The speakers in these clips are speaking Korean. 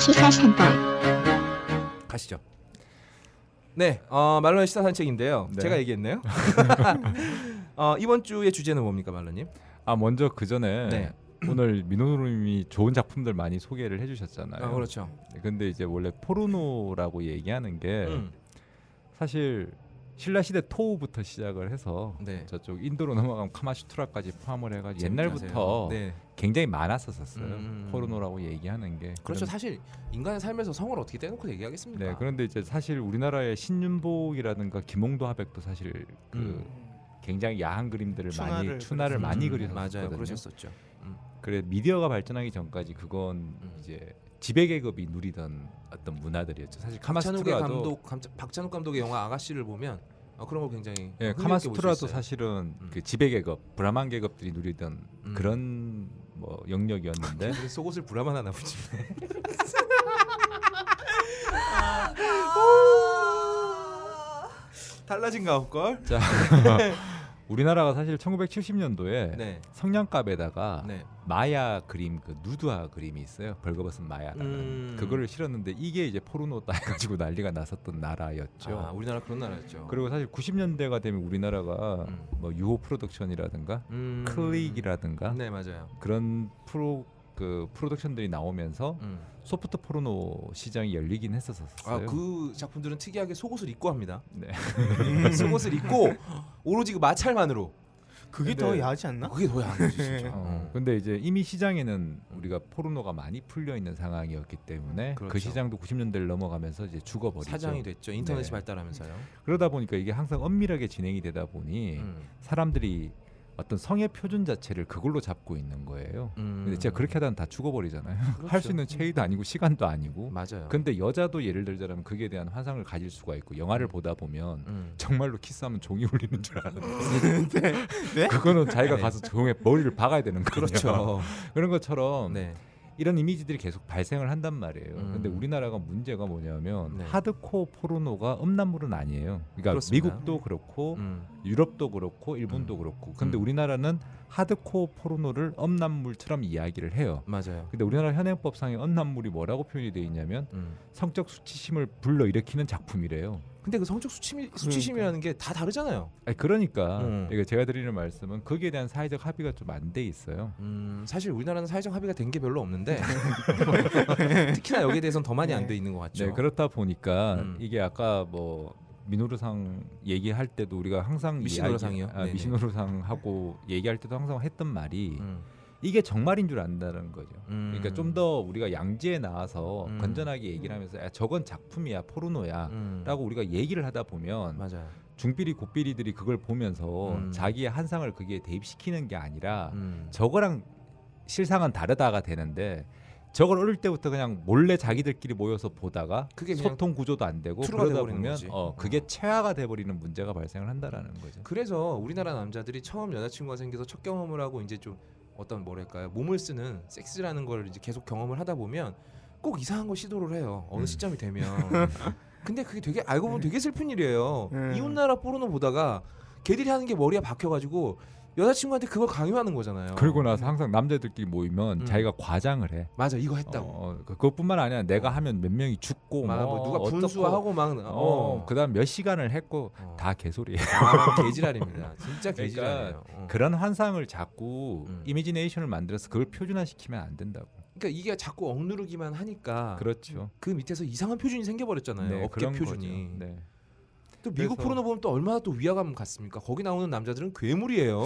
시사산법 가시죠. 네, 어, 말로의 시사 산책인데요. 네. 제가 얘기했나요? 어, 이번 주의 주제는 뭡니까, 말로님? 아 먼저 그 전에 네. 오늘 민호님이 좋은 작품들 많이 소개를 해주셨잖아요. 네, 아, 그렇죠. 근데 이제 원래 포르노라고 얘기하는 게 음, 사실 신라 시대 토우부터 시작을 해서 네. 저쪽 인도로 넘어간 카마슈트라까지 포함을 해가지고 재밌게 하세요. 옛날부터 네. 굉장히 많았었었어요. 음. 포르노라고 얘기하는 게 그렇죠. 그런- 사실 인간의 삶에서 성을 어떻게 떼놓고 얘기하겠습니까? 네, 그런데 이제 사실 우리나라의 신윤복이라든가 김홍도 하백도 사실 그 굉장히 야한 그림들을 추나를 많이 추나를 그렸었죠. 많이 음, 그리셨거든요. 맞아요. 그러셨었죠. 음. 그래 미디어가 발전하기 전까지 그건 음. 이제 지배 계급이 누리던 어떤 문화들이었죠. 사실 박찬욱의 카마스트라도 감독, 감, 박찬욱 감독의 영화 아가씨를 보면 어, 그런 거 굉장히 예, 흥미롭게 카마스트라도 볼수 있어요. 사실은 음. 그 지배 계급, 브라만 계급들이 누리던 음. 그런 뭐 영역이었는데 근데 속옷을 불화만 하나 보지. 달라진가 없걸? 자 우리나라가 사실 1970년도에 네. 성냥갑에다가 네. 마야 그림 그 누드화 그림이 있어요. 벌거벗은 마야라는 음. 그거를 실었는데 이게 이제 포르노다 해가지고 난리가 났었던 나라였죠. 아, 우리나라 그런 나라였죠. 그리고 사실 90년대가 되면 우리나라가 음. 뭐 유호 프로덕션이라든가 음. 클릭이라든가 네, 맞아요. 그런 프로 그 프로덕션들이 나오면서 음. 소프트 포르노 시장이 열리긴 했었었어요. 아, 그 작품들은 특이하게 속옷을 입고 합니다. 음, 네. 속옷을 입고 오로지 그 마찰만으로. 그게 근데 더 야하지 않나? 그게 더 야한 거지, 진짜. 음. 어, 근데 이제 이미 시장에는 우리가 포르노가 많이 풀려 있는 상황이었기 때문에 그 그렇죠. 시장도 90년대를 넘어가면서 이제 뭐 죽어버리죠. 사장이 됐죠. 인터넷이 네. 발달하면서요. 그러다 보니까 이게 항상 엄밀하게 진행이 되다 보니 음. 사람들이 어떤 성의 표준 자체를 그걸로 잡고 있는 거예요. 음. 근데 제가 그렇게 하다면 다 죽어버리잖아요. 할 그렇죠. 수 있는 그 체위도 아니고 시간도 아니고. 맞아요. 근데 여자도 예를 들자면 그에 대한 환상을 가질 수가 있고 영화를 보다 보면 음. 정말로 키스하면 종이 울리는 줄 알았는데 네? 그거는 자기가 네. 가서 종에 머리를 박아야 되는 거예요. 그렇죠. 그런 것처럼 네. 이런 이미지들이 계속 발생을 한단 말이에요. 음. 근데 우리나라가 문제가 뭐냐면 네. 하드코어 포르노가 음란물은 아니에요. 그러니까 그렇습니다. 미국도 그렇고 음. 유럽도 그렇고 일본도 음. 그렇고. 근데 음. 우리나라는 하드코어 포르노를 음란물처럼 이야기를 해요. 맞아요. 근데 우리나라 현행법상의 음란물이 뭐라고 표현이 돼 있냐면 음. 성적 수치심을 불러일으키는 작품이래요. 근데 그 성적 수치미, 그러니까. 수치심이라는 게 다 다르잖아요. 아니, 그러니까 음. 이거 제가 드리는 말씀은 거기에 대한 사회적 합의가 좀 안 돼 있어요. 음, 사실 우리나라는 사회적 합의가 된 게 별로 없는데 특히나 여기에 대해서는 더 많이 안 돼 있는 것 같죠. 네, 그렇다 보니까 음. 이게 아까 뭐 미노르상 얘기할 때도 우리가 항상 이 미신노르상이요? 이야기- 아, 네네. 미신노르상하고 얘기할 때도 항상 했던 말이 음, 이게 정말인 줄 안다는 거죠. 음. 그러니까 좀 더 우리가 양지에 나와서 음. 건전하게 얘기를 하면서 야, 저건 작품이야, 포르노야. 음. 라고 우리가 얘기를 하다 보면 맞아요. 중비리 고비리들이 그걸 보면서 음. 자기의 한상을 거기에 대입시키는 게 아니라 음. 저거랑 실상은 다르다가 되는데 저걸 어릴 때부터 그냥 몰래 자기들끼리 모여서 보다가 그게 그냥 소통 구조도 안 되고 투루가 그러다 돼버리는 보면 거지. 음. 어 그게 체화가 돼버리는 문제가 발생을 한다라는 그렇죠. 거죠. 그래서 우리나라 남자들이 처음 여자친구가 생겨서 첫 경험을 하고 이제 좀 어떤 뭐랄까요 몸을 쓰는 섹스라는 걸 이제 계속 경험을 하다 보면 꼭 이상한 걸 시도를 해요 어느 음. 시점이 되면 근데 그게 되게 알고 보면 되게 슬픈 일이에요 음. 이웃나라 포르노 보다가 걔들이 하는 게 머리에 박혀가지고 여자친구한테 그걸 강요하는 거잖아요 그리고 나서 항상 남자들끼리 모이면 음. 자기가 과장을 해. 맞아 이거 했다고 어, 어, 그- 그것뿐만 아니라 내가 하면 몇 명이 죽고 막 뭐, 뭐 누가 어떻고, 분수하고 막 어, 어, 그다음 몇 시간을 했고 어. 다 개소리예요. 아, 개지랄입니다 진짜 그러니까 개지랄이에요 어. 그런 환상을 자꾸 음. 이미지네이션을 만들어서 그걸 표준화시키면 안 된다고. 그러니까 이게 자꾸 억누르기만 하니까 그렇죠. 네, 그 밑에서 이상한 표준이 생겨버렸잖아요. 음. 네, 업계 그런 표준이. 거죠. 네. 또 미국 그래서- 포르노 보면 또 얼마나 또 위화감 갔습니까? 거기 나오는 남자들은 괴물이에요.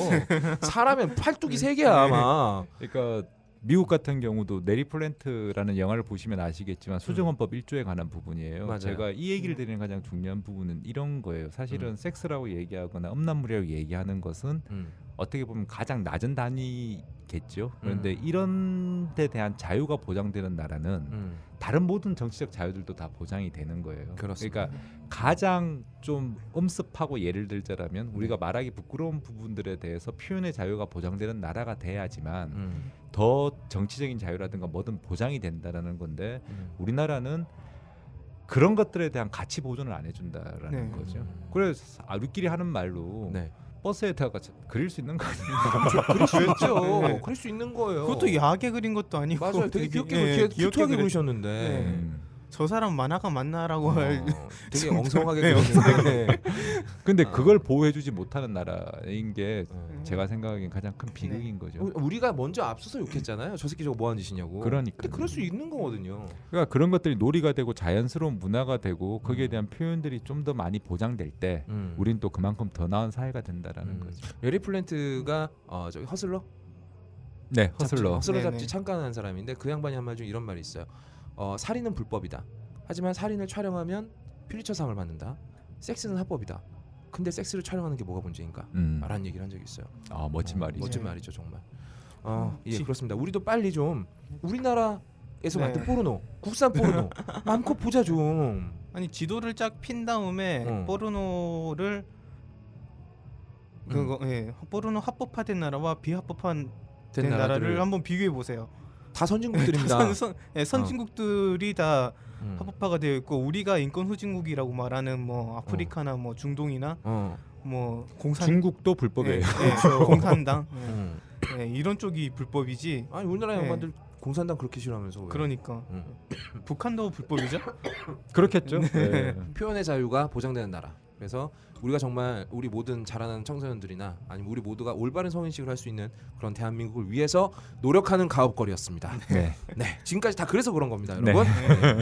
사람은 팔뚝이 세 개야 막. 그러니까 미국 같은 경우도 네리 플랜트라는 영화를 보시면 아시겠지만 수정헌법 1조에 관한 부분이에요. 음. 맞아요. 제가 이 얘기를 음. 드리는 가장 중요한 부분은 이런 거예요. 사실은 음. 섹스라고 얘기하거나 음란물이라고 얘기하는 것은 어떻게 보면 가장 낮은 단위겠죠. 그런데 음. 이런 데 대한 자유가 보장되는 나라는 음. 다른 모든 정치적 자유들도 다 보장이 되는 거예요. 그렇습니다. 러니까 가장 좀 엄습하고 예를 네. 들자라면 우리가 말하기 부끄러운 부분들에 대해서 표현의 자유가 보장되는 나라가 돼야지만 음. 더 정치적인 자유라든가 뭐든 보장이 된다라는 건데 음. 우리나라는 그런 것들에 대한 가치 보존을 안 해준다라는 네. 거죠. 그렇죠. 그래서 아, 우리끼리 하는 말로 네. 버스에다가 자- 그릴 수 있는 거 아니에요? 그렇죠. 네. 그럴 수 있는 거예요. 그것도 야하게 그린 것도 아니고 맞아요. 되게 귀엽게 예, 예, 귀엽게 귀하게 그렸- 그리셨는데 네. 음. 저 사람 만화가 맞나라고 할 어, 되게 정도- 엉성하게 네, 그리셨는데 근데 아. 그걸 보호해주지 못하는 나라인 게 네. 제가 생각하기엔 가장 큰 비극인 거죠. 어, 우리가 먼저 앞서서 욕했잖아요. 저 새끼 저거 뭐 하는 짓이냐고. 그러니까. 근데 그럴 수 있는 거거든요. 그러니까 그런 것들이 놀이가 되고 자연스러운 문화가 되고 거기에 대한 표현들이 좀 더 많이 보장될 때 음. 우린 또 그만큼 더 나은 사회가 된다라는 음. 거죠. 메리 플랜트가 어, 저기 허슬러 네, 잡지, 허슬러. 허슬러 네네. 잡지 창간한 사람인데 그 양반이 한 말 중에 이런 말이 있어요. 어, 살인은 불법이다. 하지만 살인을 촬영하면 퓰리처상을 받는다. 섹스는 합법이다. 근데 섹스를 촬영하는 게 뭐가 문제인가? 음. 라는 얘기를 한 적이 있어요. 아 멋진 어, 말이죠. 멋진 네. 말이죠, 정말. 어, 예, 지- 그렇습니다. 우리도 빨리 좀 우리나라에서 음. 네. 만든 포르노, 국산 포르노 마음껏 보자 좀. 아니 지도를 쫙 핀 다음에 어. 포르노를 그거 예 포르노 합법화된 나라와 비합법화된 된 나라를, 나라들을 한번 비교해 보세요. 다 선진국들입니다. 어. 선, 선, 예, 선진국들이 다 음. 합법화가 되어 있고 우리가 인권 후진국이라고 말하는 뭐 아프리카나 뭐 중동이나 어, 뭐 공산 중국도 예, 불법이에요. 예, 그렇죠. 공산당 예, 음. 예, 이런 쪽이 불법이지. 아니 우리나라 네. 양반들 공산당 그렇게 싫어하면서 왜? 그러니까 음. 북한도 불법이죠? 그렇겠죠. 네. 네. 표현의 자유가 보장되는 나라. 그래서 우리가 정말 우리 모든 자라는 청소년들이나 아니면 우리 모두가 올바른 성인식을 할 수 있는 그런 대한민국을 위해서 노력하는 가업거리였습니다. 네. 네, 지금까지 다 그래서 그런 겁니다, 네. 여러분.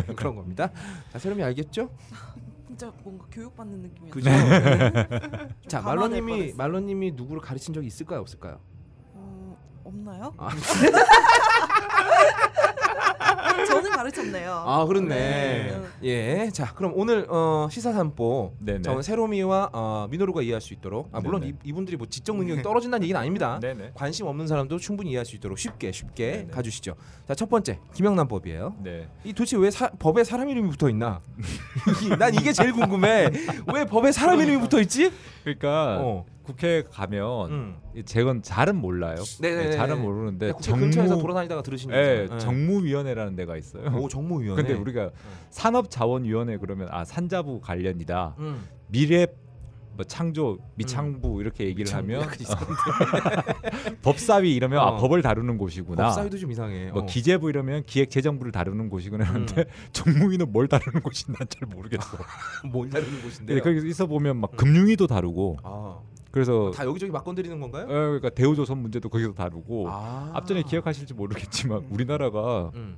네, 그런 겁니다. 자, 세롬이 알겠죠? 진짜 뭔가 교육받는 느낌이야. 그죠? 네. 자, 가만할 말로님이 뻔했어. 말로님이 누구를 가르친 적이 있을까요, 없을까요? 어, 없나요? 아, 저는 가르쳤네요. 아 그렇네. 네. 예, 자, 그럼 오늘 어, 시사 삼보 네네. 저는 세로미와 어, 미노루가 이해할 수 있도록 아, 물론 이, 네네. 이분들이 뭐 지적 능력이 떨어진다는 얘기는 아닙니다. 네네. 관심 없는 사람도 충분히 이해할 수 있도록 쉽게 쉽게 네네. 가주시죠. 자 첫 번째 김영란법이에요. 네. 이 도대체 왜 사- 법에 사람 이름이 붙어 있나? 이- 난 이게 제일 궁금해. 왜 법에 사람 이름이 붙어 있지? 그러니까 어. 국회 가면 음. 제건 잘은 몰라요. 네네네. 잘은 모르는데 국회 정무 근처에서 돌아다니다가 들으신 예, 거죠. 예. 정무위원회라는 데가 있어요. 오 정무위원회. 네. 근데 우리가 산업자원위원회 그러면 아 산자부 관련이다. 음. 미래 뭐 창조 미창부 이렇게 얘기를 하면 약간 이상한데. 법사위 이러면 어. 아 법을 다루는 곳이구나. 법사위도 좀 이상해. 뭐 어. 음. 기재부 이러면 기획재정부를 다루는 곳이구나 하는데 정무위는 뭘 다루는 곳인지 난 잘 모르겠어. 아, 뭘 다루는 곳인데. 근데 요 네, 거기서 보면 음. 막 금융위도 다루고 아, 그래서 다 여기저기 막 건드리는 건가요? 어, 그러니까 대우조선 문제도 거기서 다루고 아. 앞전에 기억하실지 모르겠지만 우리나라가 음.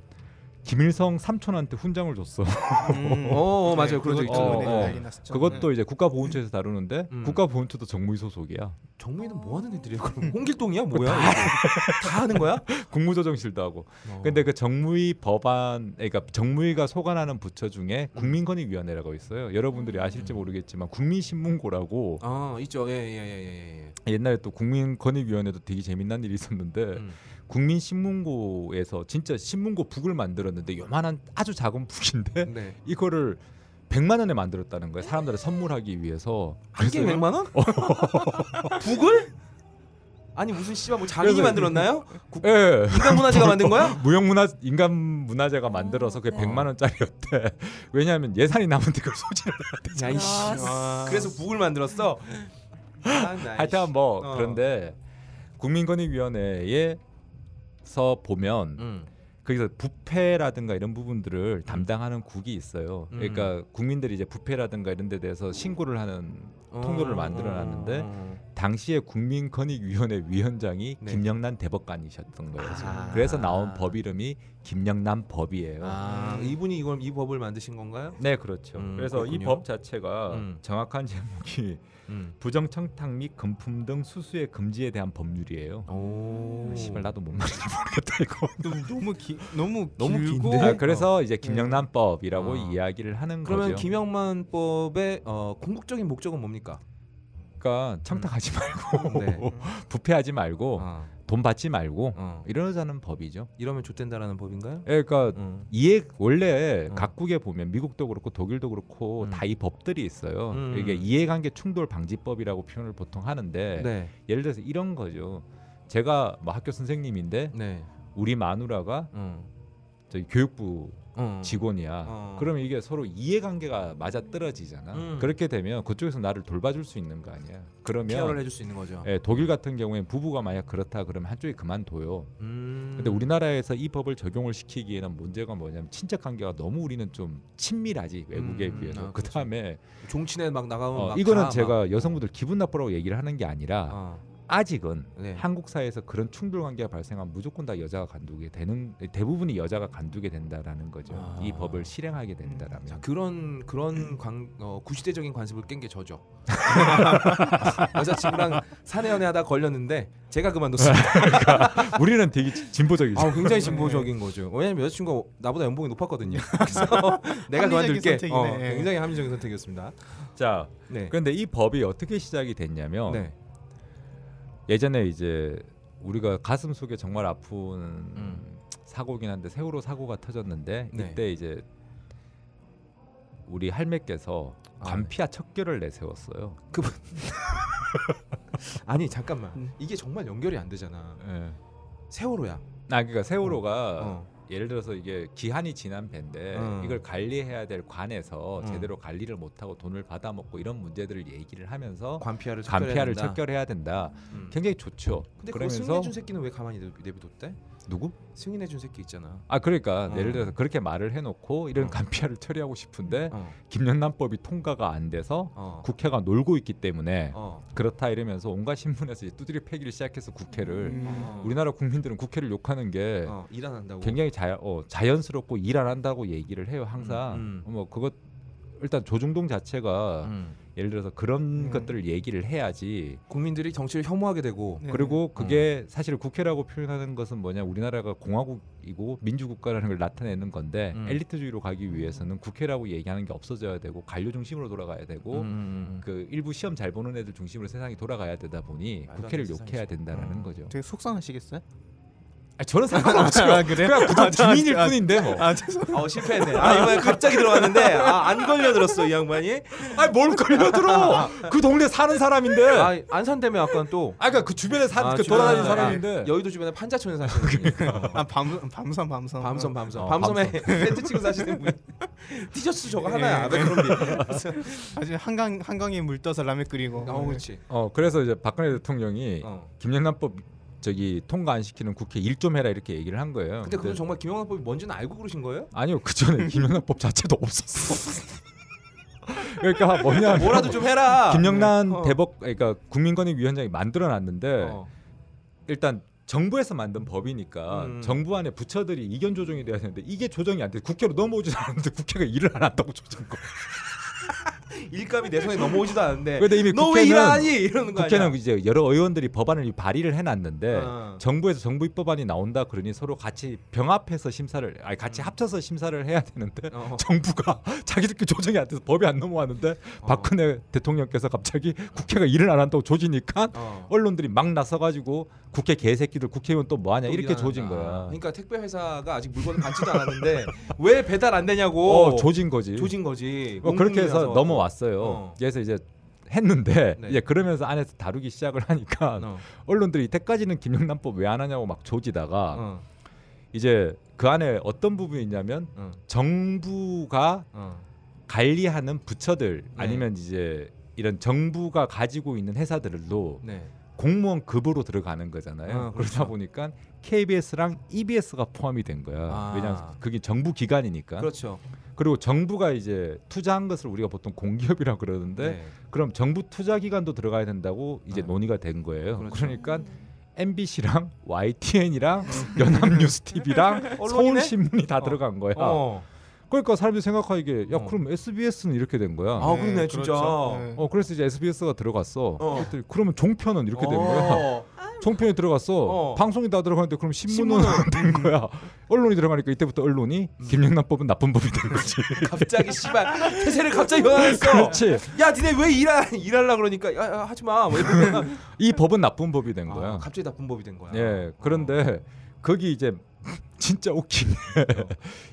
김일성 삼촌한테 훈장을 줬어. 음. 어, 어, 맞아요. 그런 적 그것 있죠. 때문에 어, 어. 난리 났었죠. 그것도 이제 국가보훈처에서 다루는데 네. 음. 국가보훈처도 정무위 소속이야. 정무에는 뭐 하는 애들이야? 그럼 홍길동이야? 뭐야? 다 하는 거야? 국무조정실도 하고. 어. 근데 그 정무위 법안, 그러니까 정무위가 소관하는 부처 중에 국민권익위원회라고 있어요. 여러분들이 음. 아실지 모르겠지만 국민신문고라고 아 있죠. 예예예 예. 예, 옛날에 또 국민권익위원회도 되게 재밌는 일이 있었는데 예. 음. 국민신문고에서 진짜 신문고 북을 만들었는데 요만한 아주 작은 북인데 네. 이거를 100만 원에 만들었다는 거예요. 사람들을 선물하기 위해서. 한 개에 100만 원? 북을? 아니 무슨 씨발 뭐 장인이 그래서- 만들었나요? 예. 인간문화재가 만든 거야? 무형문화 인간 문화재가 만들어서 그게 아, 네. 100만 원짜리였대. 왜냐하면 예산이 남은데 그걸 소진을. 야 이씨. 아, 아. 그래서 북을 만들었어. 아, 나 하여튼 이씨. 뭐 어. 그런데 국민권익위원회에서 보면 음. 거기서 부패라든가 이런 부분들을 담당하는 국이 있어요. 음. 그러니까 국민들이 이제 부패라든가 이런 데 대해서 신고를 하는 음. 통로를 만들어놨는데 어. 당시에 국민권익위원회 위원장이 네. 김영란 대법관이셨던 거예요. 아. 그래서 나온 법 이름이 김영란 법이에요. 아 이분이 이걸 이 법을 만드신 건가요? 네, 그렇죠. 음, 그래서 이 그렇군요. 법 자체가 음. 정확한 제목이 음. 부정청탁 및 금품 등 수수의 금지에 대한 법률이에요. 오. 아, 씨발 나도 뭔 말인지 모르겠다 이거. 네. 너무 너무 기, 너무 너무 길고 긴데? 아, 그래서 이제 김영란법이라고 어. 이야기를 하는 그러면 거죠. 김영만법의 어, 궁극적인 목적은 뭡니까? 그러니까 청탁하지 말고 네. 부패하지 말고 아, 돈 받지 말고 어. 이러자는 법이죠. 이러면 좆된다라는 법인가요? 예, 그러니까 음. 이에 원래 어. 각국에 보면 미국도 그렇고 독일도 그렇고 음. 다 이 법들이 있어요. 음. 이게 이해관계 충돌 방지법이라고 표현을 보통 하는데 네. 예를 들어서 이런 거죠. 제가 뭐 학교 선생님인데 네. 우리 마누라가 음. 저기 교육부 어. 직원이야. 어. 그러면 이게 서로 이해관계가 맞아 떨어지잖아. 음. 그렇게 되면 그쪽에서 나를 돌봐줄 수 있는 거 아니야. 케어를 그러면 해줄 수 있는 거죠. 예, 독일 같은 경우엔 부부가 만약 그렇다 그러면 한쪽이 그만둬요. 음. 근데 우리나라에서 이 법을 적용을 시키기에는 문제가 뭐냐면 친척 관계가 너무 우리는 좀 친밀하지 외국에 음, 비해서. 아, 그렇죠. 그다음에 종친회 막 나가면 어, 막 다 이거는 막- 제가 여성분들 기분 나쁘라고 얘기를 하는 게 아니라 어. 아직은 네. 한국 사회에서 그런 충돌 관계가 발생하면 무조건 다 여자가 간두게 되는 대부분이 여자가 간두게 된다라는 거죠. 아. 이 법을 실행하게 된다라면. 자, 그런 그런 관, 어, 구시대적인 관습을 깬 게 저죠. 여자친구랑 사내연애하다 걸렸는데 제가 아, 그만뒀습니다. 우리는 되게 진- 진보적이죠. 네. 아, 굉장히 진보적인 거죠. 왜냐면 여자친구가 나보다 연봉이 높았거든요. 그래서 내가 합리적인 그만둘게. 어, 선택이네. 예. 굉장히 합리적인 선택이었습니다. 자, 네. 그런데 이 법이 어떻게 시작이 됐냐면 네. 예전에 이제 우리가 가슴 속에 정말 아픈 음. 사고긴 한데 세월호 사고가 터졌는데 네. 이때 이제 우리 할매께서 아, 관피아 척결을 내세웠어요. 아니 잠깐만. 음. 이게 정말 연결이 안 되잖아. 예. 세월호야. 아 그러니까 세월호가 네. 어. 예를 들어서 이게 기한이 지난 배인데 음. 이걸 관리해야 될 관에서 음. 제대로 관리를 못하고 돈을 받아먹고 이런 문제들을 얘기를 하면서 관피아를 척결해야 간피아를 된다. 척결해야 된다. 음. 굉장히 좋죠. 근데 그거 그러면서 승인해준 새끼는 왜 가만히 내비- 내비뒀대? 누구? 승인해준 새끼 있잖아. 아 그러니까 어. 예를 들어서 그렇게 말을 해놓고 이런 어. 간피아를 처리하고 싶은데 어. 김영란법이 통과가 안 돼서 어. 국회가 놀고 있기 때문에 어. 그렇다 이러면서 온갖 신문에서 이제 두드려 패기를 시작해서 국회를 음. 어. 우리나라 국민들은 국회를 욕하는 게 어, 일 안 한다고. 네. 굉장히 자, 어, 자연스럽고 일 안 한다고 얘기를 해요 항상 음, 뭐 그것 일단 조중동 자체가 음. 예를 들어서 그런 음. 것들을 얘기를 해야지 국민들이 정치를 혐오하게 되고 네. 그리고 그게 사실 국회라고 표현하는 것은 뭐냐 우리나라가 공화국이고 민주국가라는 걸 나타내는 건데 음. 엘리트주의로 가기 위해서는 국회라고 얘기하는 게 없어져야 되고 관료 중심으로 돌아가야 되고 음, 음, 음. 그 일부 시험 잘 보는 애들 중심으로 세상이 돌아가야 되다 보니 말도 안 국회를 되는 욕해야 된다라는 음. 거죠. 되게 속상하시겠어요? 아, 저는 상관없죠. 아, 그래요? 그냥 그냥 아, 주민일 아, 뿐인데 뭐. 아 죄송. 어, 실패했네. 아 이번에 갑자기 들어왔는데 아, 안 걸려들었어 이 네. 양반이. 아니 뭘 걸려들어? 그 동네 사는 사람인데. 아, 아 안산대면 아까 또 그러니까 그 주변에 사, 아, 그 주변에 돌아다니는 아, 사람인데. 그러니까. 여의도 주변에 판자촌에 사시는 분이 아 밤, 밤섬 밤섬. 밤섬 밤섬 어, 밤섬에 텐트 치고 사시는 분 티셔츠 저거 예. 하나야 왜 그런 게 아주 한강 한강에 물 떠서 라면 끓이고. 어 그렇지 어 예. 그래서 이제 박근혜 대통령이 어. 김영란법 저기 통과 안 시키는 국회 일 좀 해라 이렇게 얘기를 한 거예요. 근데 그건 정말 김영란법이 뭔지는 알고 그러신 거예요? 아니요 그 전에 김영란법 자체도 없었어. 그러니까 뭐냐 뭐라도 좀 해라 김영란 어. 대법 그러니까 국민권익위원장이 만들어놨는데 어. 일단 정부에서 만든 법이니까 음. 정부 안에 부처들이 이견 조정이 돼야 되는데 이게 조정이 안 돼. 국회로 넘어오지 않았는데 국회가 일을 안 한다고 조정 거. 일감이 내 손에 넘어오지도 않는데 근데 이미 네. 너왜 국회는 일하니 이러는 거 국회는 아니야 이제 여러 의원들이 법안을 발의를 해놨는데 어. 정부에서 정부 입법안이 나온다 그러니 서로 같이 병합해서 심사를 아니 같이 음. 합쳐서 심사를 해야 되는데 어. 정부가 자기들끼리 조정이 안 돼서 법이 안 넘어왔는데 박근혜 대통령께서 갑자기 국회가 일을 안 한다고 조지니까 어. 언론들이 막 나서가지고 국회 개새끼들 국회의원 또 뭐하냐 또 이렇게 일어난다. 조진 거야. 그러니까 택배 회사가 아직 물건을 받지도 않았는데 왜 배달 안 되냐고 어 조진 거지. 진 거지. 뭐 그렇게 해서 공공이라서. 넘어왔어요. 어. 그래서 이제 했는데 네. 이제 그러면서 안에서 다루기 시작을 하니까 어. 언론들이 이때까지는 김영란법 왜 안 하냐고 막 조지다가 어. 이제 그 안에 어떤 부분이 있냐면 어. 정부가 어. 관리하는 부처들 네. 아니면 이제 이런 정부가 가지고 있는 회사들도 네. 공무원 급으로 들어가는 거잖아요. 어, 그러다 보니까 KBS랑 EBS가 포함이 된 거야. 아. 왜냐하면 그게 정부 기관이니까. 그렇죠. 그리고 정부가 이제 투자한 것을 우리가 보통 공기업이라 그러는데 네. 그럼 정부 투자 기관도 들어가야 된다고 이제 네. 논의가 된 거예요. 그렇죠. 그러니까 MBC랑 YTN이랑 연합뉴스TV랑 음. 언론이네? 서울신문이 다 어. 들어간 거야. 어. 그러니까 사람들이 생각하기에 야 어. 그럼 SBS는 이렇게 된 거야. 아, 그러네, 진짜. 네. 어 그래서 이제 SBS가 들어갔어. 어. 그랬더니 그러면 종편은 이렇게 된 거야. 어. 종편이 들어갔어. 어. 방송이 다 들어가는데 그럼 신문은, 신문은. 음. 된 거야. 언론이 들어가니까 이때부터 언론이 김영란법은 나쁜 법이 된 거지. 갑자기 씨발 태세를 갑자기 변화했어. 그렇지. 야, 니네 왜 일하 일하려 그러니까 야, 야 하지 마. 뭐 이러면 이 법은 나쁜 법이 된 아, 거야. 갑자기 나쁜 법이 된 거야. 예. 그런데 거기 이제 진짜 웃긴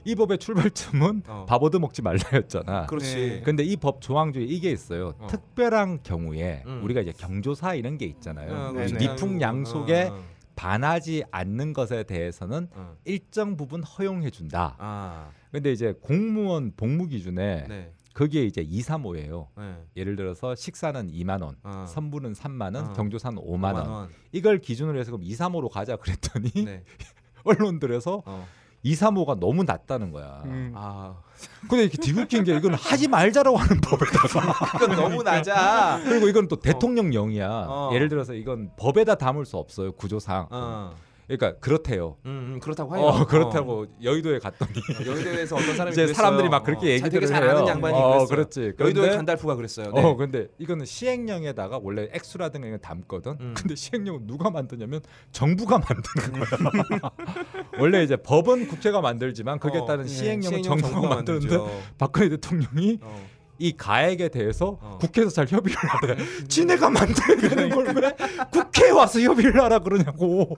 게이 법의 출발점은 어. 밥 얻어 먹지 말라였잖아. 그렇지. 네. 근데 이 법 조항 중에 이게 있어요. 어. 특별한 경우에 음. 우리가 이제 경조사 이런 게 있잖아요. 어, 네, 그렇지. 네. 미풍양속에 어. 반하지 않는 것에 대해서는 어. 일정 부분 허용해 준다. 아, 근데 이제 공무원 복무 기준에 네, 그게 이제 2, 3호예요. 네. 예를 들어서 식사는 2만 원, 어. 선불은 3만 원, 어. 경조사는 5만, 오만 원. 이걸 기준으로 해서 그럼 2, 3호로 가자 그랬더니 네. 언론들에서 어. 2, 3호가 너무 낮다는 거야. 음. 아, 근데 이렇게 뒤웃긴 게 이건 하지 말자라고 하는 법에다가 그건 너무 낮아. 그리고 이건 또 대통령령이야. 어. 예를 들어서 이건 법에다 담을 수 없어요 구조상. 어. 그러니까 그렇대요. 음, 음, 그렇다고 하요. 어, 그렇다고 여의도에 갔더니 여의도에서 어떤 사람이 이제 그랬어요. 사람들이 막 그렇게 어, 자, 되게 얘기들을 잘 해요. 아는 양반이 어, 그랬어요. 그렇지. 여의도의 그런데 간달프가 그랬어요. 네. 어 근데 이거는 시행령에다가 원래 액수라든가 이런 거 담거든. 음. 근데 시행령은 누가 만드냐면 정부가 만드는 거야. 원래 이제 법은 국회가 만들지만 그게 어, 따른 예. 시행령은 시행령 정부가 만드는데 만들죠. 박근혜 대통령이 어. 이 가액에 대해서 어. 음. 국회에서 잘 협의를 하래. 지네가 만들는 그러니까. 걸 왜 국회에 와서 협의를 하라 그러냐고.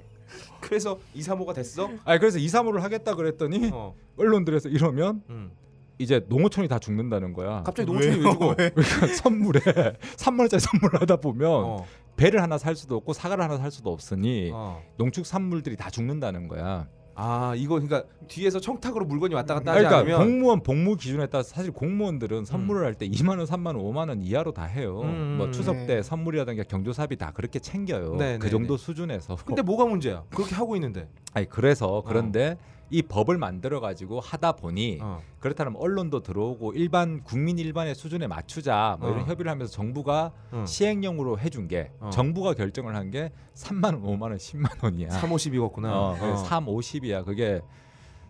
그래서 2, 3호가 됐어? 아 그래서 2, 3호를 하겠다 그랬더니 어. 언론들에서 이러면 음. 이제 농어촌이 다 죽는다는 거야. 갑자기 농촌이 왜 죽어? 그러니까 선물에 3만원짜리 선물하다 보면 어. 배를 하나 살 수도 없고 사과를 하나 살 수도 없으니 어. 농축 산물들이 다 죽는다는 거야. 아 이거 그러니까 뒤에서 청탁으로 물건이 왔다 갔다 하지 그러니까 않으면 공무원 복무 기준에 따라 사실 공무원들은 선물을 할 때 2만 원, 3만 원, 5만 원 이하로 다 해요. 음, 뭐 음, 추석 네. 때 선물이라든가 경조사비 다 그렇게 챙겨요. 네, 그 네, 정도 네. 수준에서. 근데 어. 뭐가 문제야? 그렇게 하고 있는데. 아니 그래서 그런데 이 법을 만들어 가지고 하다 보니 어. 그렇다면 언론도 들어오고 일반 국민 일반의 수준에 맞추자 뭐 이런 어. 협의를 하면서 정부가 어. 시행령으로 해준 게 어. 정부가 결정을 한 게 3만 원, 5만 원, 10만 원이야. 3, 50이었구나. 어, 그래서 3, 50이야. 그게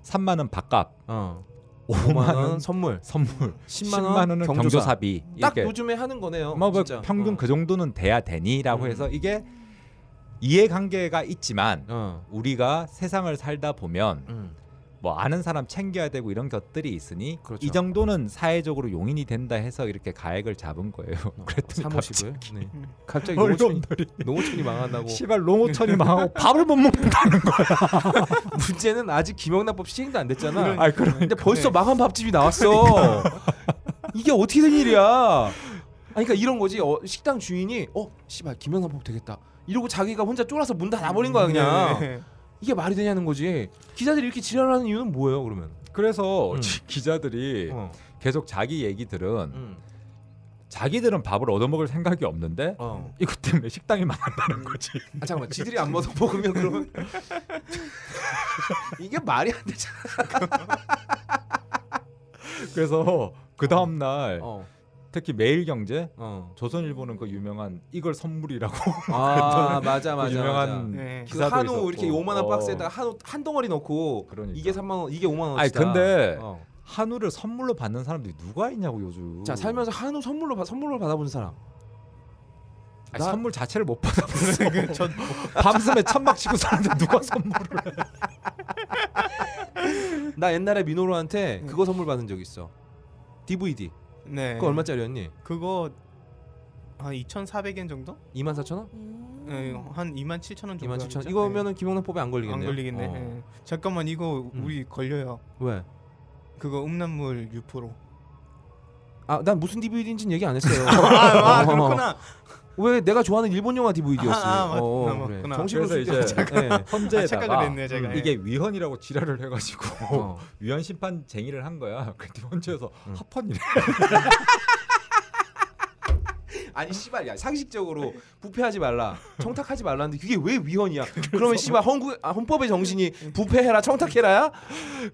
3만 원 밥값, 5만 5만 원 원 어. 선물, 선물, 10만, 10만 원 원은 경조사. 경조사비. 딱 이렇게 요즘에 하는 거네요. 뭐뭐 진짜. 평균 어. 그 정도는 돼야 되니라고 음. 해서 이게 이해관계가 있지만 어. 우리가 세상을 살다 보면 음. 뭐 아는 사람 챙겨야 되고 이런 것들이 있으니 그렇죠. 이 정도는 사회적으로 용인이 된다 해서 이렇게 가액을 잡은 거예요. 어, 그랬더니 3, 50을. 갑자기 네. 갑자기 농촌이, 언론들이 농촌이 망한다고. 시발 농어촌이 망하고 밥을 못 먹는다는 거야. 문제는 아직 김영란법 시행도 안 됐잖아. 그러니까. 아 그러니까. 그럼 근데 벌써 망한 밥집이 나왔어. 이게 어떻게 된 일이야? 아, 그러니까 이런 거지. 어, 식당 주인이 어, 씨발 김영란법 되겠다. 이러고 자기가 혼자 쫄아서 문 닫아버린 거야 그냥. 네. 이게 말이 되냐는 거지. 기자들이 이렇게 지랄하는 이유는 뭐예요 그러면? 그래서 음. 기자들이 어, 계속 자기 얘기들은 음, 자기들은 밥을 얻어먹을 생각이 없는데 어. 이것 때문에 식당이 망한다는 거지. 아 잠깐만, 지들이 안 먹어 먹으면 그러면 이게 말이 안 되잖아. 그래서 그 다음 날 어, 특히 매일경제, 어. 조선일보는 그 유명한 이걸 선물이라고 아 맞아 그 맞아 유명한 맞아. 네. 그 기사도 한우 있었고. 이렇게 요만한 어. 박스에다가 한우 한 덩어리 넣고 그러니까. 이게 3만 원, 이게 5만 원. 아니, 근데 어. 한우를 선물로 받는 사람들이 누가 있냐고 요즘. 자 살면서 한우 선물로 받, 선물로 받아본 사람. 아니, 나- 선물 자체를 못그 받아보는 전 밤샘에 천막 치고 사는데 누가 아, 선물을? 해? 나 옛날에 민호로한테 그거 선물 받은 적 있어. DVD. 네. 그거 얼마짜리였니? 그거 한 2,400엔 정도? 24,000원? 음. 네, 한 27,000원 정도. 27,000원. 하겠죠? 이거면은 김영란 법에 안 네. 걸리겠네. 안 걸리겠네. 어. 네. 잠깐만 이거 음. 우리 걸려요. 왜? 그거 음란물 유포로. 아, 난 무슨 DVD인지는 얘기 안 했어요. 아, 아 어. 그렇구나. 왜 내가 좋아하는 일본 영화 DVD였어. 아, 아, 맞- 아, 맞구나. 정식으로 예. 쓸때 그래서 이제- 잠깐. 아, 헌재에다가 착각을 했네 제가. 음, 예. 이게 위헌이라고 지랄을 해가지고 어. 위헌 심판쟁이를 한 거야. 그때 헌재에서 음. 합헌이래. 아니 씨발 야 상식적으로 부패하지 말라 청탁하지 말라는데 그게 왜 위헌이야 그러면 씨발 헌국 아, 헌법의 정신이 부패해라 청탁해라야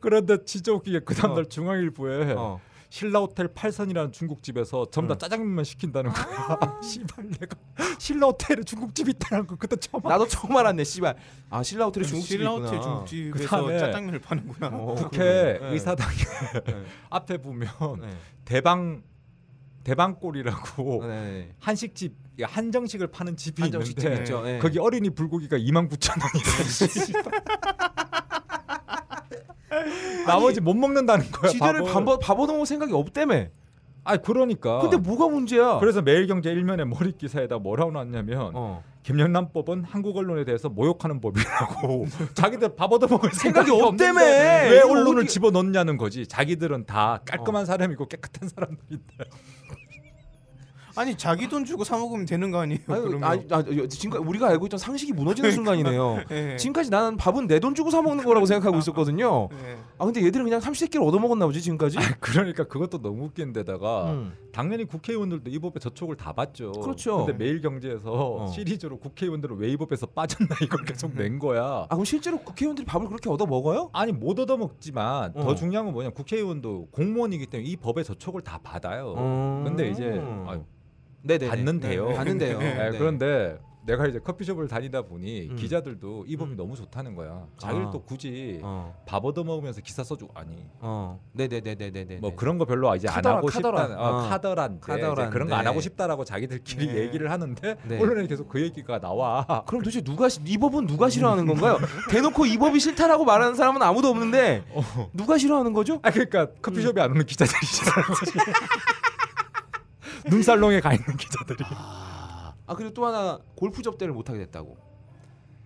그런데 진짜 웃기게 그 어. 다음날 중앙일보에 네. 어. 네. 신라 호텔 팔선이라는 중국집에서 전부 다 응. 짜장면만 시킨다는 아. 거야. 씨발 내가 신라 호텔에 중국집 있다는 거 그때 처음 나도 처음 알았네 씨발 아 신라 호텔에 중국집이 신라 있구나 호텔 그 중국집에서 다음에 짜장면을 파는구나. 어, 국회 그러네. 의사당에 네. 앞에 보면 네. 대방 대방골이라고 네. 한식집 한정식을 파는 집이 한정식집 있는데 있죠. 아, 네. 거기 어린이 불고기가 2만 9천 원이래. 나머지 못 먹는다는 어. 거야. 지들을 밥을. 바보 바보 넘어 생각이 없다며. 아 그러니까. 근데 뭐가 문제야? 그래서 매일경제 일면에 머리 기사에다 뭐라고 놨냐면 어. 김영란법은 한국 언론에 대해서 모욕하는 법이라고 자기들 밥 얻어먹을 생각이 생각이 없다며. 없다며 왜 이거 언론을 어떻게- 어. 집어넣냐는 거지 자기들은 다 깔끔한 사람이고 깨끗한 사람들인데 아니 자기 돈 주고 사 먹으면 되는 거 아니에요? 아유, 그러면. 아, 아, 지금까지 우리가 알고 있던 상식이 무너지는 그러니까. 순간이네요. 예. 지금까지 나는 밥은 내 돈 주고 사 먹는 거라고 생각하고 그러니까. 있었거든요. 예. 아 근데 얘들은 그냥 삼시세끼를 얻어 먹었나 보지 지금까지. 그러니까 그것도 너무 웃긴 데다가 음. 당연히 국회의원들도 이 법의 저촉을 다 받죠. 그렇죠. 근데 매일경제에서 어. 시리즈로 국회의원들은 왜 이 법에서 빠졌나 이걸 계속 낸 거야. 아 그럼 실제로 국회의원들이 밥을 그렇게 얻어 먹어요? 아니 못 얻어먹지만 어. 더 중요한 건 뭐냐 국회의원도 공무원이기 때문에 이 법의 저촉을 다 받아요. 어. 근데 이제 아유, 음. 네네 받는데요. 받는데요. 예, 네. 그런데 내가 이제 커피숍을 다니다 보니 음. 기자들도 이 법이 음. 너무 좋다는 거야. 자기를 아. 또 굳이 어, 밥 얻어먹으면서 기사 써주고 아니 어, 네네네네네. 뭐 그런 거 별로 이제 카더라, 안 하고 카더라. 싶다는 어, 어. 카더란 카더란데. 그런 거 안 하고 싶다라고 자기들끼리 네. 얘기를 하는데 네. 언론에 계속 그 얘기가 나와. 그럼 도대체 누가 시- 이 법은 누가 싫어하는 건가요? 대놓고 이 법이 싫다라고 말하는 사람은 아무도 없는데 누가 싫어하는 거죠? 아 그러니까 커피숍에 안 오는 기자들이 싫어하는 거지. 눈살롱에 가 있는 기자들이. 아 그리고 또 하나 골프 접대를 못 하게 됐다고.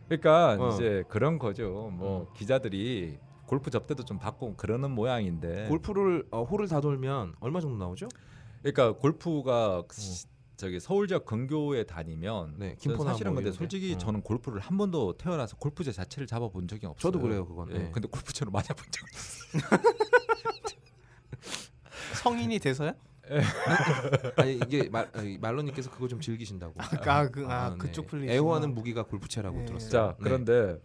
그러니까 어. 음. 이제 그런 거죠. 뭐 기자들이 골프 접대도 좀 받고 그러는 모양인데. 골프를 어, 홀을 다 돌면 얼마 정도 나오죠? 그러니까 골프가 시- 저기 서울 지역 근교에 다니면 어. 네, 저는 김포나 사실은 뭐 근데 이런데. 솔직히 음. 저는 골프를 한 번도 태어나서 골프제 자체를 잡아본 적이 없어요. 저도 그래요 그건. 예, 네. 근데 골프채로 맞아본 적 없어요. 성인이 돼서야? 아니 이게 말, 아니, 말로님께서 그거 좀 즐기신다고. 아, 그, 아, 네. 그쪽 플레이. 애호하는 무기가 골프채라고 네. 들었어요. 자 네. 그런데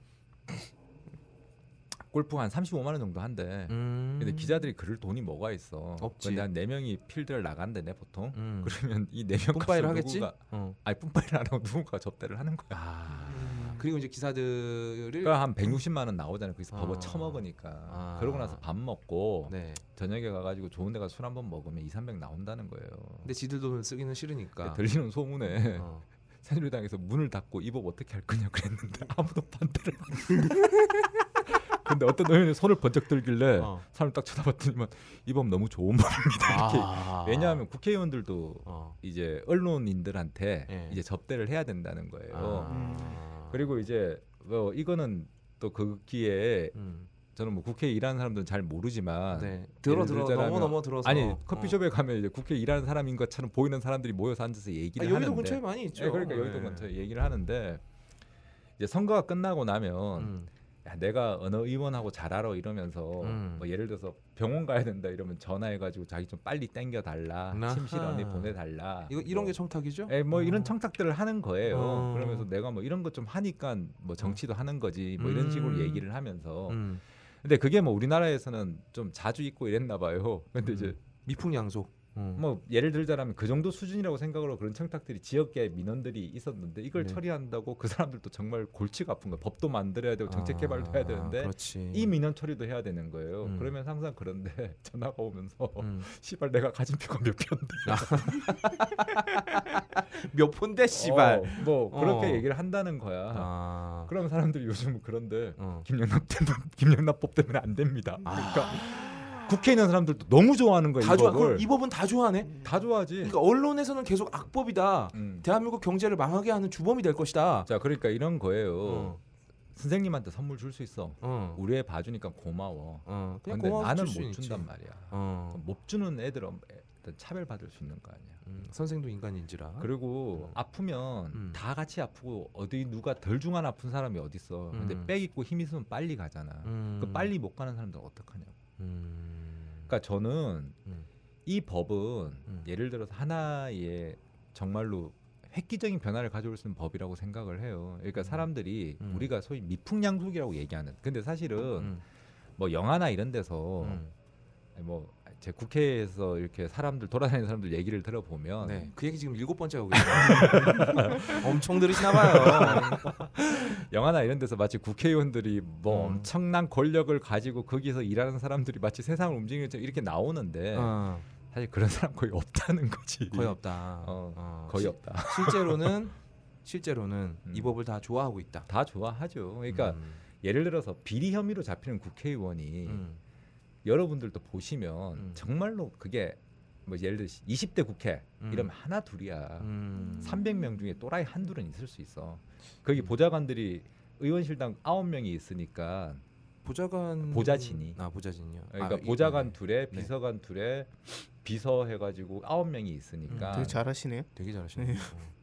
골프 한 35만 원 정도 한대. 음. 근데 기자들이 그럴 돈이 뭐가 있어. 없지. 근데 한 네 명이 필드를 나간대네 보통. 음. 그러면 이 네명 뿜빠이를 하겠지? 어. 아. 아니 뿜빠이를 안 하고 누군가 접대를 하는 거야. 음. 그리고 이제 기사들을 그러니까 한 160만 원 나오잖아요. 거기서 아. 버버 처먹으니까. 아. 그러고 나서 밥 먹고 네. 저녁에 가가지고 좋은 데 가서 술 한 번 먹으면 2, 300 나온다는 거예요. 그러니까 근데 지들 돈을 쓰기는 싫으니까. 네, 들리는 소문에 네. 아. 어. 새누리당에서 문을 닫고 이 법 어떻게 할 거냐 그랬는데 아무도 반대를 안 해. 근데 어떤 의원이 손을 번쩍 들길래 어. 사람을 딱 쳐다봤더니만 이 법 너무 좋은 법입니다. 이렇게. 아. 왜냐하면 국회의원들도 어. 이제 언론인들한테 예. 이제 접대를 해야 된다는 거예요. 음. 아. 그리고 이제 뭐 이거는 또 그 기에 음. 저는 뭐 국회 일하는 사람들은 잘 모르지만 네. 들어 예를 들어 들자라면- 넘어 넘어 들어서 아니 커피숍에 가면 이제 국회 일하는 사람인 것처럼 보이는 사람들이 모여서 앉아서 어. 얘기를 아, 여의도 하는데 근처에 많이 있죠. 예, 그러니까 여의도 네. 근처에 얘기를 하는데 이제 선거가 끝나고 나면 음. 야, 내가 어느 의원하고 잘 알아 이러면서 음. 뭐 예를 들어서 병원 가야 된다 이러면 전화해가지고 자기 좀 빨리 땡겨 달라 아하. 침실 언니 보내달라 이거 이런 게 청탁이죠? 예, 네. 뭐 어. 이런 청탁들을 하는 거예요. 어. 그러면서 내가 뭐 이런 것 좀 하니까 뭐 정치도 하는 거지 뭐 이런 식으로 음. 얘기를 하면서 음. 근데 그게 뭐 우리나라에서는 좀 자주 있고 이랬나 봐요. 근데 이제 미풍양소. 음. 뭐 예를 들자면 그 정도 수준이라고 생각으로 그런 청탁들이 지역계 민원들이 있었는데 이걸 네. 처리한다고 그 사람들도 정말 골치가 아픈 거예요. 법도 만들어야 되고 뭐 정책 개발도 해야 되는데 아, 그렇지. 이 민원 처리도 해야 되는 거예요. 음. 그러면 항상 그런데 전화가 오면서 음. 씨발 내가 가진 표가 몇 편데 몇 푼데 씨발. 어, 뭐 그렇게 어. 얘기를 한다는 거야. 아. 그럼 사람들이 요즘 은 그런데 어. 김영남 때문에 김영남법 때문에 안 됩니다. 그러니까 국회에 있는 사람들도 너무 좋아하는 거예요. 아. 다 이 좋아. 법을. 그럼 이 법은 다 좋아하네. 다 좋아하지. 그러니까 언론에서는 계속 악법이다. 음. 대한민국 경제를 망하게 하는 주범이 될 것이다. 자, 그러니까 이런 거예요. 어. 선생님한테 선물 줄 수 있어. 어. 우리 애 봐주니까 고마워. 어. 그냥 근데 고마워서 나는 줄수 못 있지. 준단 말이야. 어. 그럼 못 주는 애들은 일단 차별받을 수 있는 거 아니야. 음, 선생도 인간인지라. 그리고 음. 아프면 음. 다 같이 아프고 어디 누가 덜 중한 아픈 사람이 어디 있어. 음. 근데 빽 있고 힘 있으면 빨리 가잖아. 음. 그 빨리 못 가는 사람들은 어떡하냐. 음. 그러니까 저는 음. 이 법은 음. 예를 들어서 하나의 정말로 획기적인 변화를 가져올 수 있는 법이라고 생각을 해요. 그러니까 사람들이 음. 우리가 소위 미풍양속이라고 얘기하는. 근데 사실은 음. 뭐 영화나 이런 데서 음. 뭐 제 국회에서 이렇게 사람들 돌아다니는 사람들 얘기를 들어보면 네. 그 얘기 지금 일곱 번째 하고 계세요. 엄청 들으시나 봐요. 영화나 이런 데서 마치 국회의원들이 뭐 음. 엄청난 권력을 가지고 거기서 일하는 사람들이 마치 세상을 움직이는 것처럼 이렇게 나오는데 어, 사실 그런 사람 거의 없다는 거지. 거의 없다. 어, 어, 거의 시- 없다. 실제로는 실제로는 음. 이 법을 다 좋아하고 있다. 다 좋아하죠. 그러니까 음. 예를 들어서 비리 혐의로 잡히는 국회의원이 음. 여러분들도 보시면 음. 정말로 그게 뭐 예를 들어 20대 국회 음. 이러면 하나 둘이야. 음. 300명 중에 또라이 한둘은 있을 수 있어. 거기 보좌관들이 의원실당 9명이 있으니까 보좌관 보좌진이. 아 보좌진이요. 그러니까 아, 이- 보좌관 네. 둘에 비서관 둘에 비서 해가지고 아홉 명이 있으니까 되게 잘하시네요. 음, 되게 잘하시네요. 어.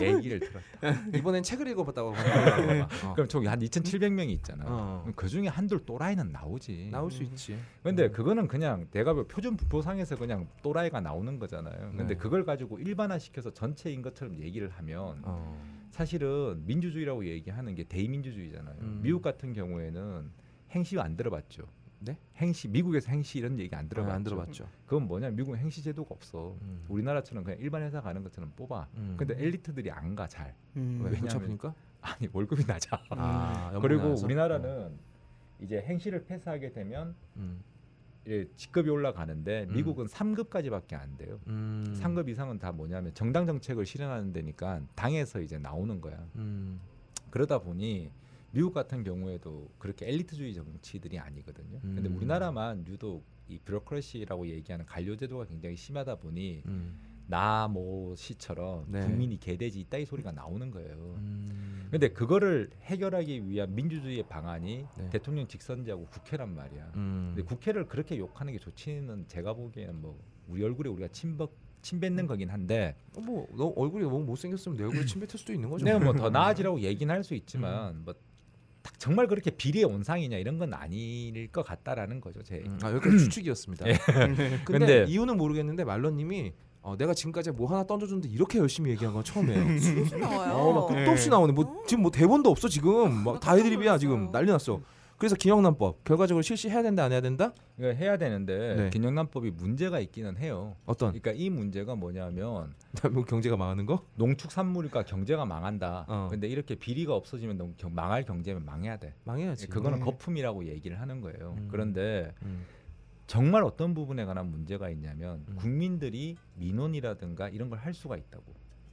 얘기를 들었. 이번엔 책을 읽어봤다고 하는 거 봐. 어. 그럼 저기 한 2,700명이 있잖아. 어. 그럼 그 중에 한둘 또라이는 나오지. 나올 수 있지. 근데 그거는 그냥 대가별 뭐 표준 부포상에서 그냥 또라이가 나오는 거잖아요. 네. 근데 그걸 가지고 일반화시켜서 전체인 것처럼 얘기를 하면 어. 사실은 민주주의라고 얘기하는 게 대의민주주의잖아요. 음. 미국 같은 경우에는 행시 안 들어봤죠. 네? 아, 행시 미국에서 행시 이런 얘기 안 들어봤죠. 안 들어봤죠. 그건 뭐냐? 미국은 행시 제도가 없어. 음. 우리나라처럼 그냥 일반 회사 가는 것처럼 뽑아. 음. 근데 엘리트들이 안 가 잘. 음. 왜 왜냐면- 고차프니까? 아니 월급이 낮아. 네. 아, 연봉 그리고 나와서? 어. 우리나라는 이제 행시를 패스하게 되면 음. 예, 직급이 올라가는데 음. 미국은 3급까지밖에 안 돼요. 음. 상급 이상은 다 뭐냐면 정당 정책을 실현하는 데니까 당에서 이제 나오는 거야. 음. 그러다 보니 미국 같은 경우에도 그렇게 엘리트주의 정치들이 아니거든요. 음. 근데 우리나라만 유독 이 뷰로크러시라고 얘기하는 관료 제도가 굉장히 심하다 보니 음. 나모 씨처럼 네. 국민이 개돼지 이따위 소리가 나오는 거예요. 음. 근데 그거를 해결하기 위한 민주주의의 방안이 네. 대통령 직선제하고 국회란 말이야. 음. 근데 국회를 그렇게 욕하는 게 좋지는 제가 보기에는 뭐 우리 얼굴에 우리가 침박 침 뱉는 거긴 한데 어, 뭐, 너 얼굴이 너무 못생겼으면 내 얼굴에 침 뱉을 수도 있는 거죠. 음. 음. 내가 뭐 더 나아지라고 얘기는 할 수 있지만 뭐 딱 정말 그렇게 비리의 온상이냐 이런 건 아닐 것 같다라는 거죠 제 음, 아 여기까지 추측이었습니다. 음. 네. 근데, 예. 근데- 이유는 모르겠는데 말러님이 어, 내가 지금까지 뭐 하나 던져줬는데 이렇게 열심히 얘기한 건 처음이에요. 술술 나와요. 어막 끝도 없이 나오네. 뭐 지금 뭐 대본도 없어 지금 막 다 애드립이야 지금 난리 났어. 그래서 기억난법 결과적으로 실시해야 된다 안 해야 된다? 이거 그러니까 해야 되는데 네. 김영란법이 문제가 있기는 해요. 어떤 그러니까 이 문제가 뭐냐면 대한민국 경제가 망하는 거? 농축산물과 경제가 망한다. 어. 근데 이렇게 비리가 없어지면 농- 경- 망할 경제면 망해야 돼. 망해야지. 그거는 네. 거품이라고 얘기를 하는 거예요. 음. 그런데 음. 정말 어떤 부분에 관한 문제가 있냐면 음. 국민들이 민원이라든가 이런 걸 할 수가 있다고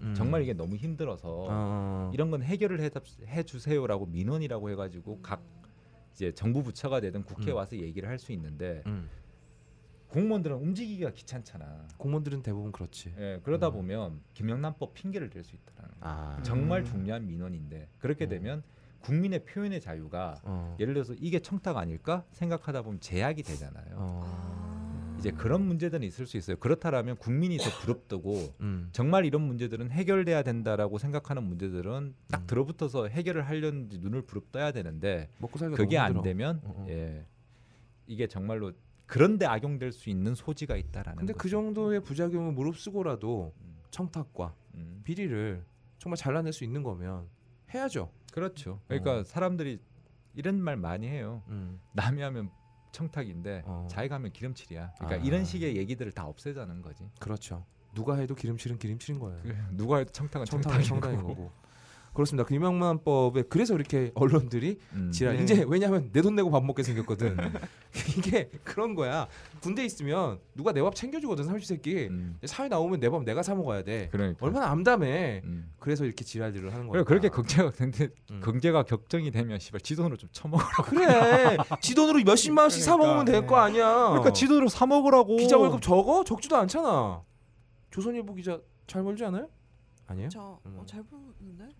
음. 정말 이게 너무 힘들어서 어. 이런 건 해결을 해답- 해주세요라고 민원이라고 해가지고 각 이제 정부 부처가 되든 국회 에 음. 와서 얘기를 할 수 있는데 음. 공무원들은 움직이기가 귀찮잖아 공무원들은 대부분 그렇지. 예, 그러다 음. 보면 김영란법 핑계를 댈 수 있다라는 거예요 아. 정말 음. 중요한 민원인데 그렇게 음. 되면 국민의 표현의 자유가 어. 예를 들어서 이게 청탁 아닐까 생각하다 보면 제약이 되잖아요 어. 아. 이제 그런 문제들은 있을 수 있어요. 그렇다라면 국민이 더 부럽다고 음. 정말 이런 문제들은 해결돼야 된다라고 생각하는 문제들은 음. 딱 들어붙어서 해결을 하려는지 눈을 부릅떠야 되는데 먹고 살기 그게 안 되면 어, 어. 예. 이게 정말로 그런데 악용될 수 있는 소지가 있다라는 근데 그 거죠. 정도의 부작용을 무릅쓰고라도 음, 청탁과 음. 비리를 정말 잘라낼 수 있는 거면 해야죠. 그렇죠. 그러니까 어. 사람들이 이런 말 많이 해요. 음. 남이 하면 청탁인데 어. 자기가 하면 기름칠이야. 그러니까 아. 이런 식의 얘기들을 다 없애자는 거지. 그렇죠. 누가 해도 기름칠은 기름칠인 거예요. 누가 해도 청탁은 청탁은 청탁인, 청탁인 거고. 거고. 그렇습니다. 그 이명만법에 그래서 이렇게 언론들이 음. 지랄 네. 이제 왜냐하면 내 돈 내고 밥 먹게 생겼거든. 이게 그런 거야. 군대 있으면 누가 내 밥 챙겨주거든 삼시 새끼. 음. 사회 나오면 내 밥 내가 사 먹어야 돼. 그러니까. 얼마나 암담해. 음. 그래서 이렇게 지랄들을 하는 거야. 그래 그렇게 경제가 근데 음. 경제가 격정이 되면 시발 지돈으로 좀 처먹으라고. 그래. 지 돈으로 몇십만 원씩 사 먹으면 될 거 아니야. 그러니까. 네. 지돈으로 사 먹으라고. 기자 월급 적어? 적지도 않잖아. 조선일보 기자 잘 벌지 않아요? 네. 아니에요? 음. 저잘 보는데 아니에요?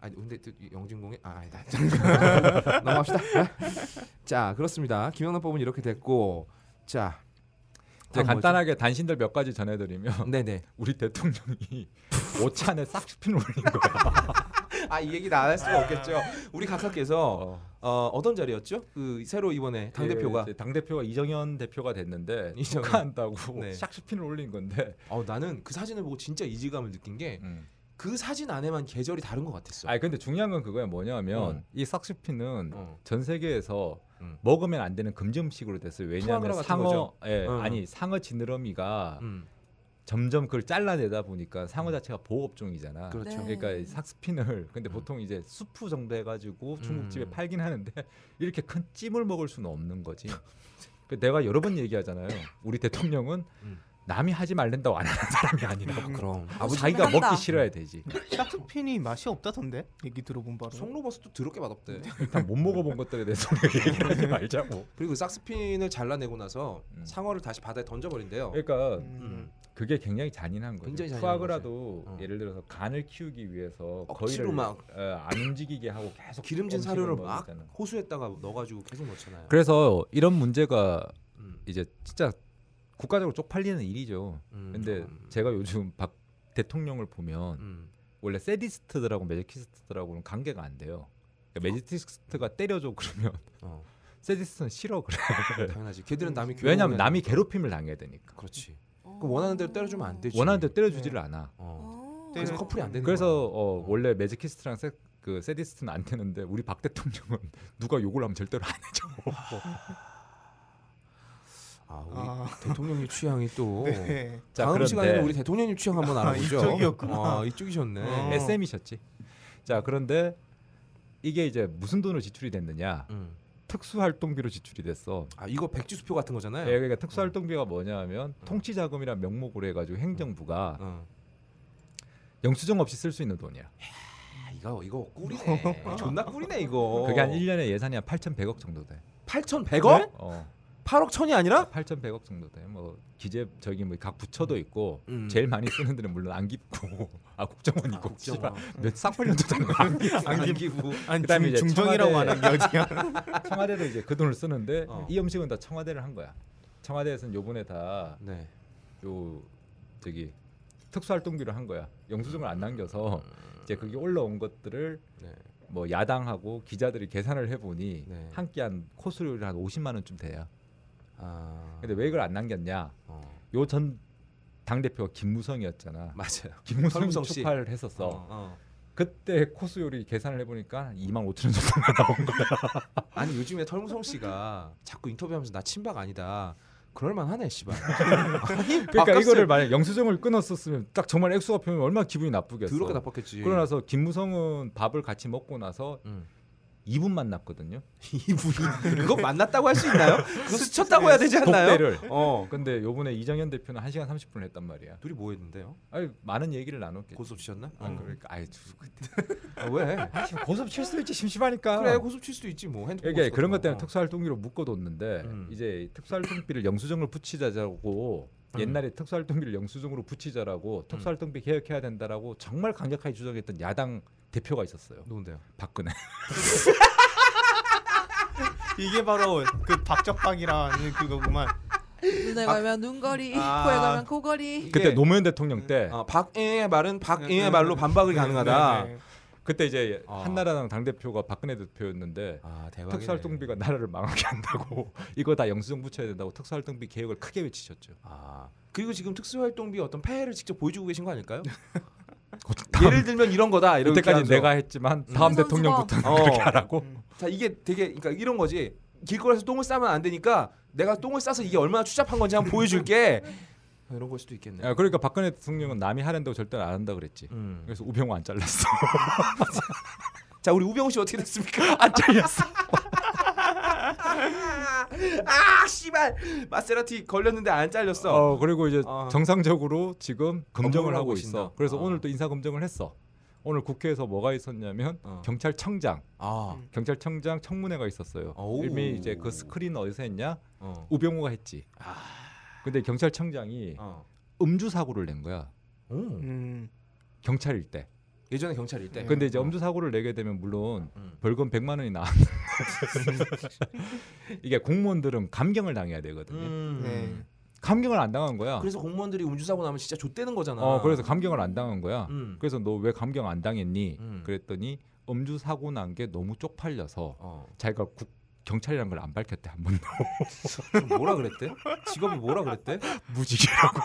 아니 근데 또 영진공에 아 아니다. 넘어갑시다. 아. 자 그렇습니다. 김영란법은 이렇게 됐고 자 이제 간단하게 단신들 몇 가지 전해드리면 네네. 우리 대통령이 오찬에 싹스핀 올린 거야. 아 이 얘기 나할 수가 없겠죠. 우리 각하께서 어. 어, 어떤 자리였죠? 그 새로 이번에 당 대표가 당 대표가 이정현 대표가 됐는데 이정현. 축하한다고 네. 싹스핀을 올린 건데. 어, 나는 그 사진을 보고 진짜 이질감을 느낀 게 그 사진 안에만 계절이 다른 것 같았어. 아니 근데 중요한 건 그거야 뭐냐면 음. 이 싹스핀은 어. 전 세계에서 음. 먹으면 안 되는 금지 음식으로 됐어요. 투아그라 왜냐하면 같은 상어, 거죠? 예, 음. 아니 상어 지느러미가 음, 점점 그걸 잘라내다 보니까 상어 자체가 보호업종이잖아. 그 그렇죠. 네. 러니까이 삭스핀을 근데 음. 보통 이제 수프 정도 해가지고 중국집에 음. 팔긴 하는데 이렇게 큰 찜을 먹을 수는 없는 거지. 그 내가 여러 번 얘기하잖아요. 우리 대통령은 음. 남이 하지 말란다고 안 하는 사람이 네. 아니라 음, 그럼 아버지 자기가 한다. 먹기 싫어야 되지. 음. 샥스핀이 그 맛이 없다던데 얘기 들어본 바로. 송로버스도 더럽게 맛없대. 일단 못 먹어본 것들에 대해서 우리가 얘기를 음. 하지 말자고. 그리고 삭스핀을 잘라내고 나서 음. 상어를 다시 바다에 던져버린대요. 그러니까 음. 그게 굉장히 잔인한 거죠. 굉장히 잔인한 투악을 하도 거죠. 어. 예를 들어서 간을 키우기 위해서 억지로 거의를 막. 어, 안 움직이게 하고 계속 기름진 음식을 사료를 먹이잖아요. 막 호수에다가 넣어가지고 계속 넣잖아요. 뭐 그래서 이런 문제가 음, 이제 진짜 국가적으로 쪽팔리는 일이죠. 음, 근데 음, 제가 요즘 박 대통령을 보면 음. 원래 세디스트들하고 매제키스트들하고는 관계가 안 돼요. 그러니까 매제키스트가 때려줘 그러면 어, 네. 세디스트는 싫어 그래. 당연하지. 걔들은 남이 괴로우면- 음, 왜냐하면 남이 괴롭힘을 당해야 되니까. 그렇지. 그 원하는 대로 때려주면 안 되지. 원하는 대로 때려주지를 않아. 어. 어. 네. 그래서 때려- 커플이 안 네. 되는 그래서 거야. 어, 원래 매제키스트랑 세, 그 세디스트는 안 되는데 우리 박 대통령은 누가 욕을 하면 절대로 안 해줘. 아, 우리 아, 대통령님 취향이 또 네. 자, 다음 그런데- 시간에는 우리 대통령님 취향 한번 알아보죠. 이쪽이었구나. 아, 이쪽이셨네. 어. SM이셨지. 자 그런데 이게 이제 무슨 돈으로 지출이 됐느냐? 음. 특수활동비로 지출이 됐어. 아, 이거 백지수표 같은 거잖아요. 예, 그러니까 특수활동비가 뭐냐면 통치자금이란 명목으로 해가지고 행정부가 어. 영수증 없이 쓸 수 있는 돈이야. 아, 이거 이거 꿀이네. 어. 존나 꿀이네 이거. 그게 한 1년에 예산이 한 8,100억 정도 돼. 8,100억? 어, 8억 천이 아니라? 8,100억 정도 돼. 뭐 기재 저기 뭐 각 부처도 있고 음. 제일 많이 쓰는 데는 물론 안기부, 아 국정원 있고 씨발 걱정. 몇 쌍팔년도 되는 안기부. 안기부. 아니 그다음에 중, 이제 중정이라고 청와대- 하는 여지야. 청와대도 이제 그 돈을 쓰는데 어. 이 음식은 다 청와대를 한 거야. 청와대에서는 요번에 다요 네. 저기 특수활동비를 한 거야. 영수증을 안 남겨서 이제 그게 올라온 것들을 네. 뭐 야당하고 기자들이 계산을 해보니 네. 한 끼 한 코스료율이 한 50만 원쯤 돼요. 아. 근데 왜 이걸 안 남겼냐? 어. 요 전 당 대표가 김무성이었잖아. 맞아요. 김무성이 설무성 씨. 초파를 했었어. 어. 그때 코스요리 계산을 해보니까 2만 5천 원 정도가 나온 거야. 아니 요즘에 털무성 씨가 자꾸 인터뷰하면서 나 친박 아니다. 그럴 만하네, 씨발. 그러니까 바꿨어요. 이거를 만약 영수증을 끊었었으면 딱 정말 액수가 표면 얼마나 기분이 나쁘겠어. 더럽게 나빴겠지. 그러고 나서 김무성은 밥을 같이 먹고 나서 음. 2분 만났거든요. 이분이 그거 만났다고 할 수 있나요? 그거 스쳤다고 해야 되지 않나요? 독대를. 어. 근데 요번에 이정현 대표는 1시간 30분을 했단 말이야. 둘이 뭐 했는데요? 아니 많은 얘기를 나눴겠지. 고수업 치셨나? 안 어. 그럴까? 그 아이 두- 아, 왜? 아, 지금 고섭 칠 수도 있지 심심하니까. 그래 고수업 칠 수도 있지 뭐. 핸드폰 아. 이게 고스톱 그런 같은 것 때문에 거. 특수활동비로 묶어뒀는데 음. 이제 특수활동비를 영수증을 붙이자자고 음. 옛날에 특수활동비를 영수증으로 붙이자라고 특수활동비 개혁해야 된다라고 정말 강력하게 주장했던 야당 대표가 있었어요. 누군데요? 박근혜. 이게 바로 그 박적박이라는 그거구만. 눈에 아. 음. 가면 눈거리, 아. 코에 가면 코거리. 예. 그때 이게- 노무현 대통령 때 아, 박애의 말은 네, 박애의 말로 네. 반박이 가능하다. 네, 네. 그때 이제 아. 한나라당 당 대표가 박근혜 대표였는데 아 대박이네. 특수활동비가 나라를 망하게 한다고 이거 다 영수증 붙여야 된다고 특수활동비 개혁을 크게 외치셨죠. 아 그리고 지금 특수활동비 어떤 폐해를 직접 보여주고 계신 거 아닐까요? 다음, 예를 들면 이런 거다. 이렇게 이때까지 하면서. 내가 했지만 다음 음. 대통령부터는 어. 그렇게 하라고. 음. 자 이게 되게 그러니까 이런 거지. 길거리에서 똥을 싸면 안 되니까 내가 똥을 싸서 이게 얼마나 추잡한 건지 한번 보여줄게. 아, 이런 걸 수도 있겠네. 야, 그러니까 박근혜 대통령은 남이 하는다고 절대 안 한다 그랬지. 음. 그래서 우병우 안 잘랐어. 자 우리 우병우 씨 어떻게 됐습니까? 안 잘렸어. 아 씨발 마세라티 걸렸는데 안 잘렸어. 어, 그리고 이제 어. 정상적으로 지금 검정을 검증을 하고 하고 계신다. 있어. 그래서 어. 오늘 또 인사 검증을 했어. 오늘 국회에서 뭐가 있었냐면 어. 경찰청장, 아 경찰청장 청문회가 있었어요. 오우. 이미 이제 그 스크린 어디서 했냐? 어. 우병우가 했지. 근데 경찰청장이 아. 어. 음주 사고를 낸 거야. 오. 음. 경찰일 때. 예전에 경찰일 때. 근데 이제 어. 음주 사고를 내게 되면 물론 음. 벌금 100만 원이 나왔는데 이게 공무원들은 감경을 당해야 되거든요. 음. 네. 감경을 안 당한 거야. 그래서 공무원들이 음주사고 나면 진짜 좆되는 거잖아. 어, 그래서 감경을 안 당한 거야. 음. 그래서 너 왜 감경 안 당했니? 음. 그랬더니 음주 사고 난 게 너무 쪽팔려서 어. 자기가 국, 경찰이란 걸 안 밝혔대 한 번도 그럼 뭐라 그랬대? 직업이 뭐라 그랬대? 무직이라고.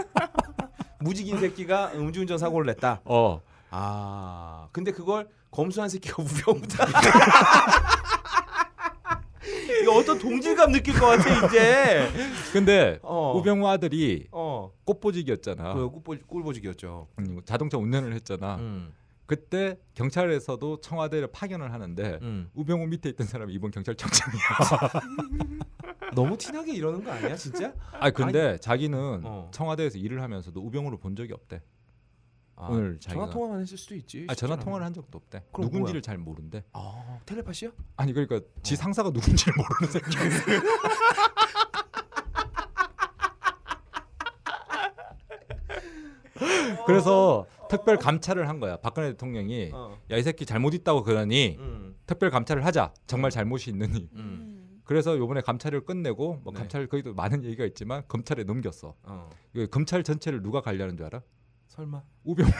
무직인 새끼가 음주운전 사고를 냈다. 어, 아. 근데 그걸 검수한 새끼가 우병우다. 이거 어떤 동질감 느낄 것 같아 이제. 근데 어. 우병우 아들이 어. 꽃보직이었잖아. 그 꿀보- 꿀보직이었죠. 음, 자동차 운전을 했잖아. 음. 그때 경찰에서도 청와대를 파견을 하는데 음. 우병우 밑에 있던 사람이 이번 경찰청장이야. 너무 티나게 이러는 거 아니야 진짜? 아 근데 자기는 어. 청와대에서 일을 하면서도 우병우를 본 적이 없대. 아, 오늘 자기가 전화 통화만 했을 수도 있지. 아 전화 쉽지 통화를 않으면. 한 적도 없대. 그럼 누군지를 잘 모른대. 아 텔레파시요? 아니 그러니까 지 상사가 누군지를 모르는 새끼. 그래서 특별 감찰을 한 거야. 박근혜 대통령이 어. 야 이 새끼 잘못 있다고 그러니 음. 특별 감찰을 하자. 정말 잘못이 있느니. 음. 그래서 요번에 감찰을 끝내고 뭐 네. 감찰 거기도 많은 얘기가 있지만 검찰에 넘겼어. 어. 이거 검찰 전체를 누가 관리하는 줄 알아? 설마. 우병우.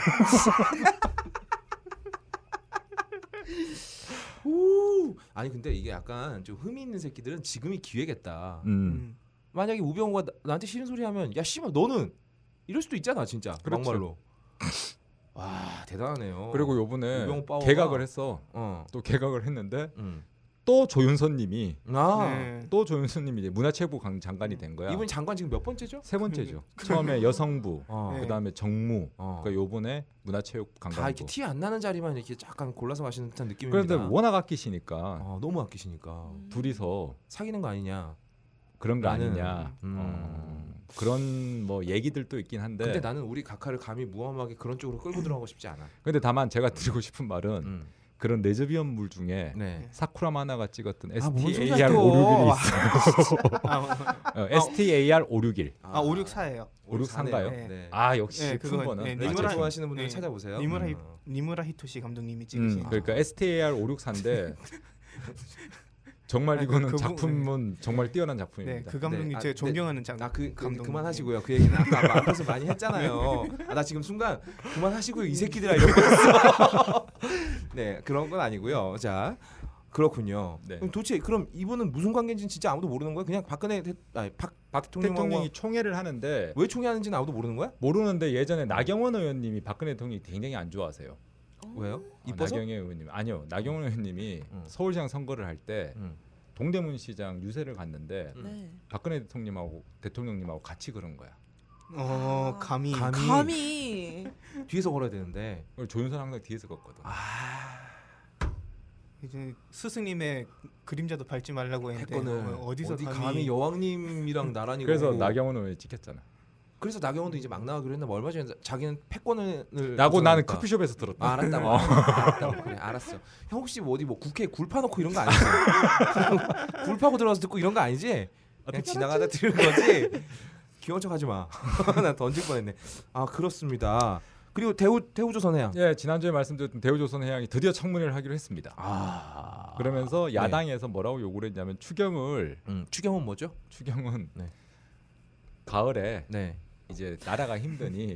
오. 아니 근데 이게 약간 좀 흠이 있는 새끼들은 지금이 기회겠다. 음. 음. 만약에 우병우가 나, 나한테 싫은 소리 하면 야 씨발 너는 이럴 수도 있잖아 진짜. 그렇죠. 막말로. 와 대단하네요. 그리고 요번에 우병우 파워가- 개각을 했어. 어. 또 개각을 했는데 음. 또 조윤선님이 아 네. 또 조윤수님이 이제 문화체육부 강- 장관이 된 거야. 이분 장관 지금 몇 번째죠? 세 번째죠. 처음에 여성부, 어. 네. 그다음에 정무, 어. 그러니까 요번에 문화체육 다 강관부. 이렇게 티 안 나는 자리만 이렇게 약간 골라서 가시는 듯한 느낌입니다. 그런데 워낙 아끼시니까 어, 너무 아끼시니까 음. 둘이서 사귀는 거 아니냐. 그런 거 나는- 아니냐. 음. 어, 그런 뭐 얘기들도 있긴 한데. 근데 근데, 나는 우리 각하를 감히 무엄하게 그런 쪽으로 끌고 들어가고 싶지 않아. 다만 제가 드리고 싶은 말은 음. 그런 그런 내즈비언물 중에 네. 사쿠라마나가 찍었던 아, 뭔 소리야, STAR 또. 561이 아, 아, 있어. 어, STAR 561. 아 564예요. 오륙사인가요? 네. 네. 아 역시 네, 그거, 품번은 네, 라떼 니무라- 좋아하시는 분들 네. 찾아보세요. 니무라 히, 음. 니무라 히토시 감독님이 음, 찍으신. 그러니까 STAR 564인데 정말 아니, 이거는 그- 그분- 작품은 정말 뛰어난 네, 작품입니다. 그 감독님 네, 아, 제가 네. 존경하는 장. 나 그, 그, 감독님. 그만하시고요. 그 얘기는 아까 막 앞에서 많이 했잖아요. 아, 나 지금 순간 그만하시고요. 이 새끼들아 이러고 있어. 네, 그런 건 아니고요. 자, 그렇군요. 네. 그럼 도대체 그럼 이분은 무슨 관계인지는 진짜 아무도 모르는 거야? 그냥 박근혜 대, 아니, 박, 박 대통령과 대통령이 총회를 하는데 왜 총회하는지는 아무도 모르는 거야? 모르는데 예전에 나경원 의원님이 박근혜 대통령이 굉장히 안 음. 좋아하세요. 어? 왜요? 아, 이뻐서? 나경원 의원님 아니요 나경원 의원님이 음. 서울시장 선거를 할 때 음. 동대문 시장 유세를 갔는데 음. 네. 박근혜 대통령하고 대통령님하고 같이 그런 거야. 어 아. 감히. 감- 감히. 감히. 뒤에서 걸어야 되는데. 그걸 조윤선 항상 뒤에서 걷거든. 아, 이제 스승님의 그림자도 밟지 말라고 했는데 패권을 어, 어디서 네, 어디 감히, 감히 여왕님이랑 나란히 그래서 걸고. 나경원 의원이 찍혔잖아. 그래서 나경원도 이제 막 나가기로 했나 뭐 얼마 전에 자기는 패권을 나고 나는 구성하니까. 커피숍에서 네. 들었다. 아, 알았다고. 알았다고. 뭐. 그래, 알았어. 형 혹시 뭐 어디 뭐 국회 굴 파놓고 이런 거 아니지? 굴 파고 들어와서 듣고 이런 거 아니지? 그냥 지나가다 들은 거지. 귀여운 척하지 마. 나 던질 뻔했네. 아 그렇습니다. 그리고 대우 대우조 선해양. 예, 지난주에 말씀드렸던 대우조선 해양이 드디어 청문회를 하기로 했습니다. 아 그러면서 네. 야당에서 뭐라고 요구를 했냐면 추경을 음, 추경은 뭐죠? 추경은 네. 가을에 네, 이제 나라가 힘드니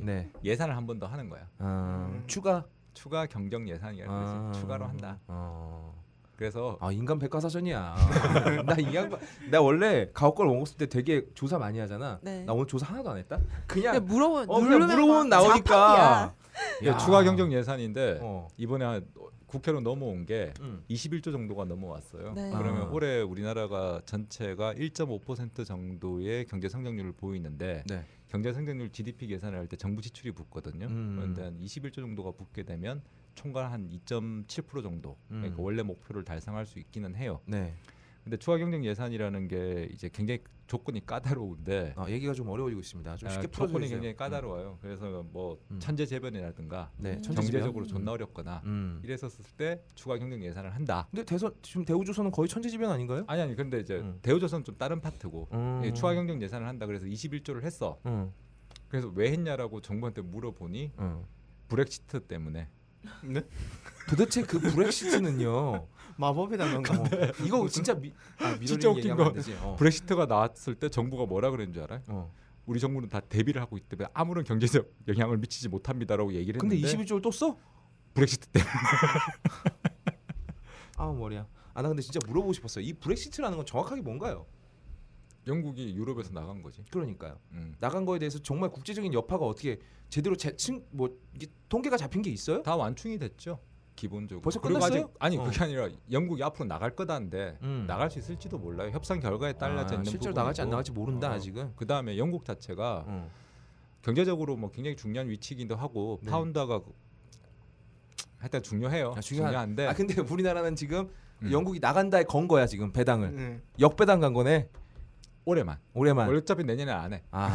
네. 예산을 한 번 더 하는 거야. 아, 음. 추가. 추가 경정 예산이라고 아, 네, 그래서 추가로 한다. 어. 그래서 아 인간 백과사전이야. 나 이 양반. 나 원래 가옥걸 원고쓸 때 되게 조사 많이 하잖아. 네. 나 오늘 조사 하나도 안 했다. 그냥 그냥 물어보 어, 그냥 누르면 물어보면 막 나오니까. 자판이야. 이게 야. 네, 추가 경정 예산인데 어. 이번에 한- 국회로 넘어온 게 음. 21조 정도가 넘어왔어요. 네. 그러면 아. 올해 우리나라가 전체가 1.5% 정도의 경제 성장률을 보이는데 네. 경제 성장률 GDP 계산을 할 때 정부 지출이 붙거든요. 음. 그런데 한 21조 정도가 붙게 되면 총괄 한 2.7% 정도 음. 그러니까 원래 목표를 달성할 수 있기는 해요. 네. 근데 추가 경정 예산이라는 게 이제 굉장히 조건이 까다로운데 아, 얘기가 좀 어려워지고 있습니다. 좀 아, 쉽게 풀어 조건이 주세요. 굉장히 까다로워요. 그래서 뭐 음. 천재 재변이라든가 네. 음. 천재지변. 경제적으로 존나 어렵거나 음. 이랬었을 때 추가 경정 예산을 한다. 근데 대선 지금 대우조선은 거의 천재지변 아닌가요? 아니 아니 근데 이제 음. 대우조선 좀 다른 파트고 음. 예, 추가 경정 예산을 한다 그래서 21조를 했어. 음. 그래서 왜 했냐라고 정부한테 물어보니 음. 브렉시트 때문에 네? 도대체 그 브렉시트는요. 마법의 단어인가? 어, 이거 진짜 미, 아, 미러링 진짜 웃긴 얘기하면 안 건 되지. 어. 브렉시트가 나왔을 때 정부가 뭐라 그랬는 줄 알아요? 어. 우리 정부는 다 대비를 하고 있기 때문에 아무런 경제적 영향을 미치지 못합니다라고 얘기를 근데 했는데 21조를 또 써? 브렉시트 때문에 아, 머리야. 아, 나 근데 진짜 물어보고 싶었어요. 이 브렉시트라는 건 정확하게 뭔가요? 영국이 유럽에서 나간 거지. 그러니까요. 음. 나간 거에 대해서 정말 국제적인 여파가 어떻게 제대로 재층뭐 통계가 잡힌 게 있어요? 다 완충이 됐죠. 기본적으로. 벌써 그리고 끝났어요? 아직, 아니 어. 그게 아니라 영국이 앞으로 나갈 거다인데 음. 나갈 수 있을지도 몰라요. 협상 결과에 딸려져 아, 있는 실제로 나갈지 안 나갈지 모른다 어. 아직은. 그 다음에 영국 자체가 어. 경제적으로 뭐 굉장히 중요한 위치이기도 하고 네. 파운드가 그- 하여튼 중요해요. 아, 중요한- 중요한데 아 근데 우리나라는 지금 음. 영국이 나간다에 건 거야 지금 배당을 네. 역배당 간 거네. 올해만. 음. 올해만. 어차피 내년에 안 해. 아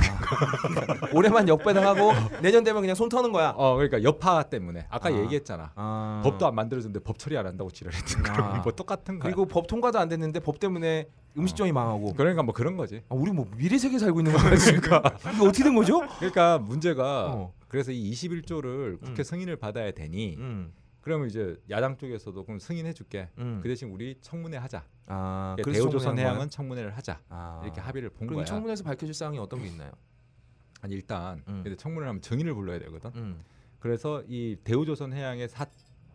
올해만 역배당하고 내년 되면 그냥 손 터는 거야. 어 그러니까 여파 때문에 아까 아. 얘기했잖아. 아. 법도 안 만들어졌는데 법 처리 안 한다고 지랄했던 아. 그럼 뭐 똑같은 거야. 그리고 법 통과도 안 됐는데 법 때문에 음식점이 망하고. 그러니까 뭐 그런 거지. 아, 우리 뭐 미래 세계 살고 있는 거야 지금. 이게 어떻게 된 거죠? 그러니까 문제가 어. 그래서 이 21조를 음. 국회 승인을 받아야 되니 음. 그러면 이제 야당 쪽에서도 그럼 승인해 줄게. 음. 그 대신 우리 청문회 하자. 아, 그러니까 그래서 대우조선 청문회 한 해양은 청문회를 하자. 거야? 아. 이렇게 합의를 본 그럼 거야. 이 청문회에서 밝혀질 사항이 어떤 게 있나요? 아니 일단 음. 근데 청문회를 하면 증인을 불러야 되거든. 음. 그래서 이 대우조선 해양의 사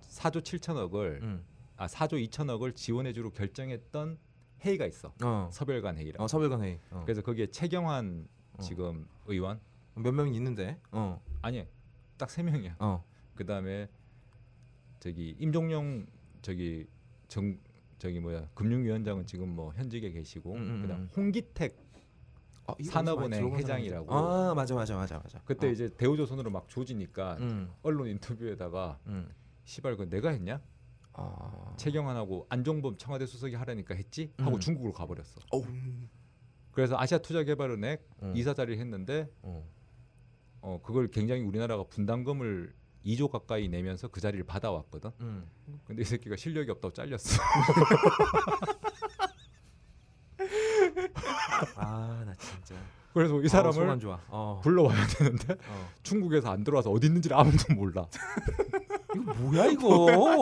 4조 7천억을 음. 아 4조 2천억을 지원해 주로 결정했던 회의가 있어. 어. 서별관 회의라. 어, 서별관 회의. 어. 그래서 거기에 최경환 어. 지금 의원 몇 명이 있는데. 어. 아니 딱 세 명이야. 어. 그다음에 저기 임종용 저기 정 저기 뭐야 금융위원장은 지금 뭐 현직에 계시고 음, 음, 그다음 음. 홍기택 아, 이거 산업은행 들어본 회장이라고. 사람이죠. 아 맞아 맞아 맞아 맞아. 그때 어. 이제 대우조선으로 막 조지니까 음. 언론 인터뷰에다가 음. 시발 그 내가 했냐? 아. 최경환하고 안종범 청와대 수석이 하라니까 했지 하고 음. 중국으로 가버렸어. 음. 그래서 아시아투자개발은행 음. 이사 자리를 했는데 어. 어 그걸 굉장히 우리나라가 분담금을 2조 가까이 내면서 그 자리를 받아왔거든. 음. 근데 이 새끼가 실력이 없다고 잘렸어. 아나 진짜. 그래서 이 어, 속안 사람을 좋아. 어. 불러와야 되는데 어. 중국에서 안 들어와서 어디 있는지를 아무도 몰라. 이거 뭐야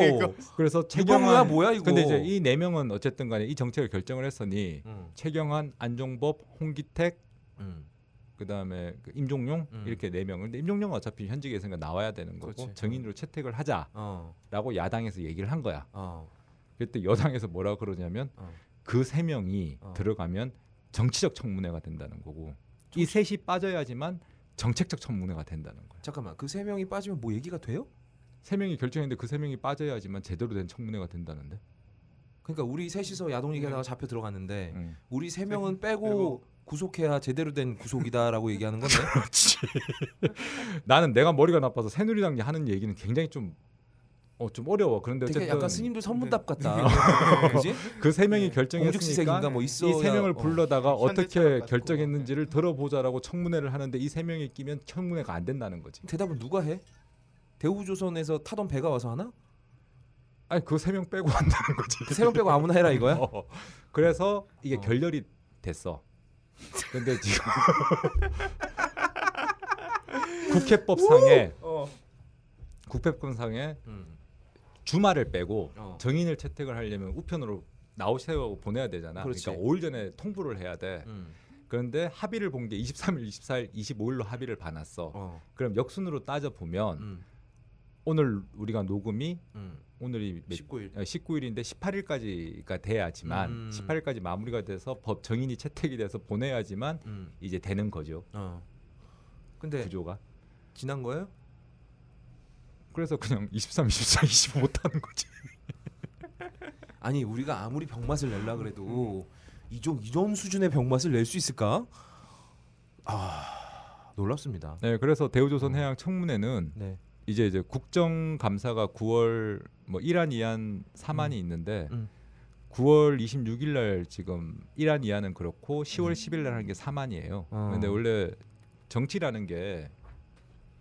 이거? 그래서 최경우야 최경환 뭐야 이거? 근데 이제 이 네 명은 어쨌든 간에 이 정책을 결정을 했으니 음. 최경환, 안종법, 홍기택 음. 그다음에 그 임종용 음. 이렇게 네 명. 근데 임종용은 어차피 현직에 있으니까 나와야 되는 거고 그렇지. 정인으로 채택을 하자라고 어. 야당에서 얘기를 한 거야. 어. 그때 여당에서 뭐라 그러냐면 어. 그 세 명이 어. 들어가면 정치적 청문회가 된다는 거고 이 셋이 빠져야지만 정책적 청문회가 된다는 거야. 잠깐만 그 세 명이 빠지면 뭐 얘기가 돼요? 세 명이 결정했는데 그 세 명이 빠져야지만 제대로 된 청문회가 된다는데. 그러니까 우리 셋이서 야동 얘기하다가 잡혀 들어갔는데 음. 우리 세 명은 빼고 구속해야 제대로 된 구속이다라고 얘기하는 건데. 나는 내가 머리가 나빠서 새누리당이 하는 얘기는 굉장히 좀 어, 좀 어려워. 그런데 되게 어쨌든 약간 스님들 선문답 같다. 그지? 그 세 명이 네. 결정했으니까 공직지색인가 뭐 있어. 이 세 명을 불러다가 현대차 어떻게 같고. 결정했는지를 들어보자라고 청문회를 하는데 이 세 명이 끼면 청문회가 안 된다는 거지. 대답은 누가 해? 대우조선에서 타던 배가 와서 하나? 아니 그 세 명 빼고 한다는 거지. 세명 빼고 아무나 해라 이거야? 어. 그래서 이게 어. 결렬이 됐어. 근데 지금 국회법상에 어. 국회법상에 음. 주말을 빼고 어. 정인을 채택을 하려면 우편으로 나오세요 보내야 되잖아. 그렇지. 그러니까 5일 전에 통보를 해야 돼. 음. 그런데 합의를 본 게 23일, 24일, 25일로 합의를 받았어. 어. 그럼 역순으로 따져 보면 음. 오늘 우리가 녹음이 음. 오늘이 몇, 19일. 19일인데 18일까지가 돼야지만 음. 18일까지 마무리가 돼서 법 정인이 채택이 돼서 보내야지만 음. 이제 되는 거죠 어. 근데 구조가. 지난 거예요? 그래서 그냥 23, 24, 25 못하는 거지. 아니 우리가 아무리 병맛을 낼라 그래도 이종 이런 수준의 병맛을 낼 수 있을까? 아 놀랍습니다. 네, 그래서 대우조선 해양 청문회는 음. 네. 이제 이제 국정감사가 9월 뭐 1안 2안 3안이 있는데 음. 9월 26일 날 지금 1안 2안은 그렇고 10월 10일 날 하는 게 3안이에요. 음. 어. 근데 원래 정치라는 게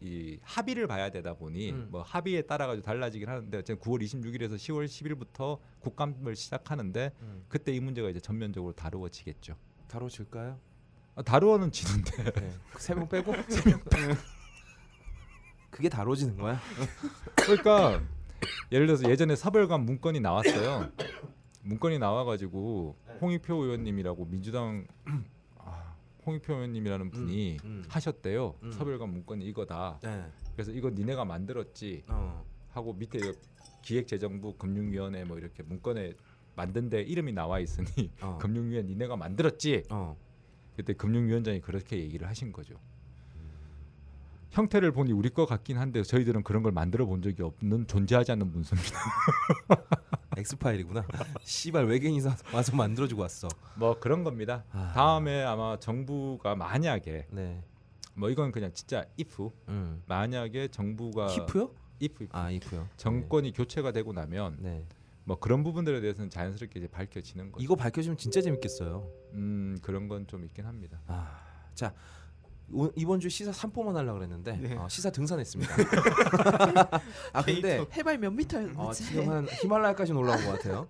이 합의를 봐야 되다 보니 음. 뭐 합의에 따라 가지고 달라지긴 하는데 어쨌든 9월 26일에서 10월 10일부터 국감을 시작하는데 음. 그때 이 문제가 이제 전면적으로 다루어지겠죠. 다뤄질까요? 아, 다루어는 지는데 네. 세명 빼고 세명 빼고 그게 다뤄지는 거야? 그러니까 예를 들어서 예전에 사벌관 문건이 나왔어요. 문건이 나와가지고 홍익표 의원님이라고 민주당 아, 홍익표 의원님이라는 분이 음. 하셨대요. 음. 서별관 문건이 이거다. 네. 그래서 이거 니네가 만들었지 어. 하고 밑에 이거 기획재정부 금융위원회 뭐 이렇게 문건에 만든데 이름이 나와 있으니 어. 금융위원 니네가 만들었지. 어. 그때 금융위원장이 그렇게 얘기를 하신 거죠. 형태를 보니 우리 것 같긴 한데 저희들은 그런 걸 만들어 본 적이 없는 존재하지 않는 문서입니다. 엑스 파일이구나. 씨발 외계인이 사- 와서 만들어주고 왔어. 뭐 그런 겁니다. 아. 다음에 아마 정부가 만약에 네. 뭐 이건 그냥 진짜 if 음. 만약에 정부가 히프요? if, if 아 히프요. 정권이 교체가 되고 네. 나면 네. 뭐 그런 부분들에 대해서는 자연스럽게 이제 밝혀지는 거죠. 이거 밝혀주면 진짜 재밌겠어요. 음 그런 건 좀 있긴 합니다. 아, 자 오- 이번 주 시사 3포만 하려고 그랬는데 네. 어, 시사 등산했습니다. 아 근데 해발 몇 어, 미터였는지. 지금 한 히말라야까지 올라온 것 같아요.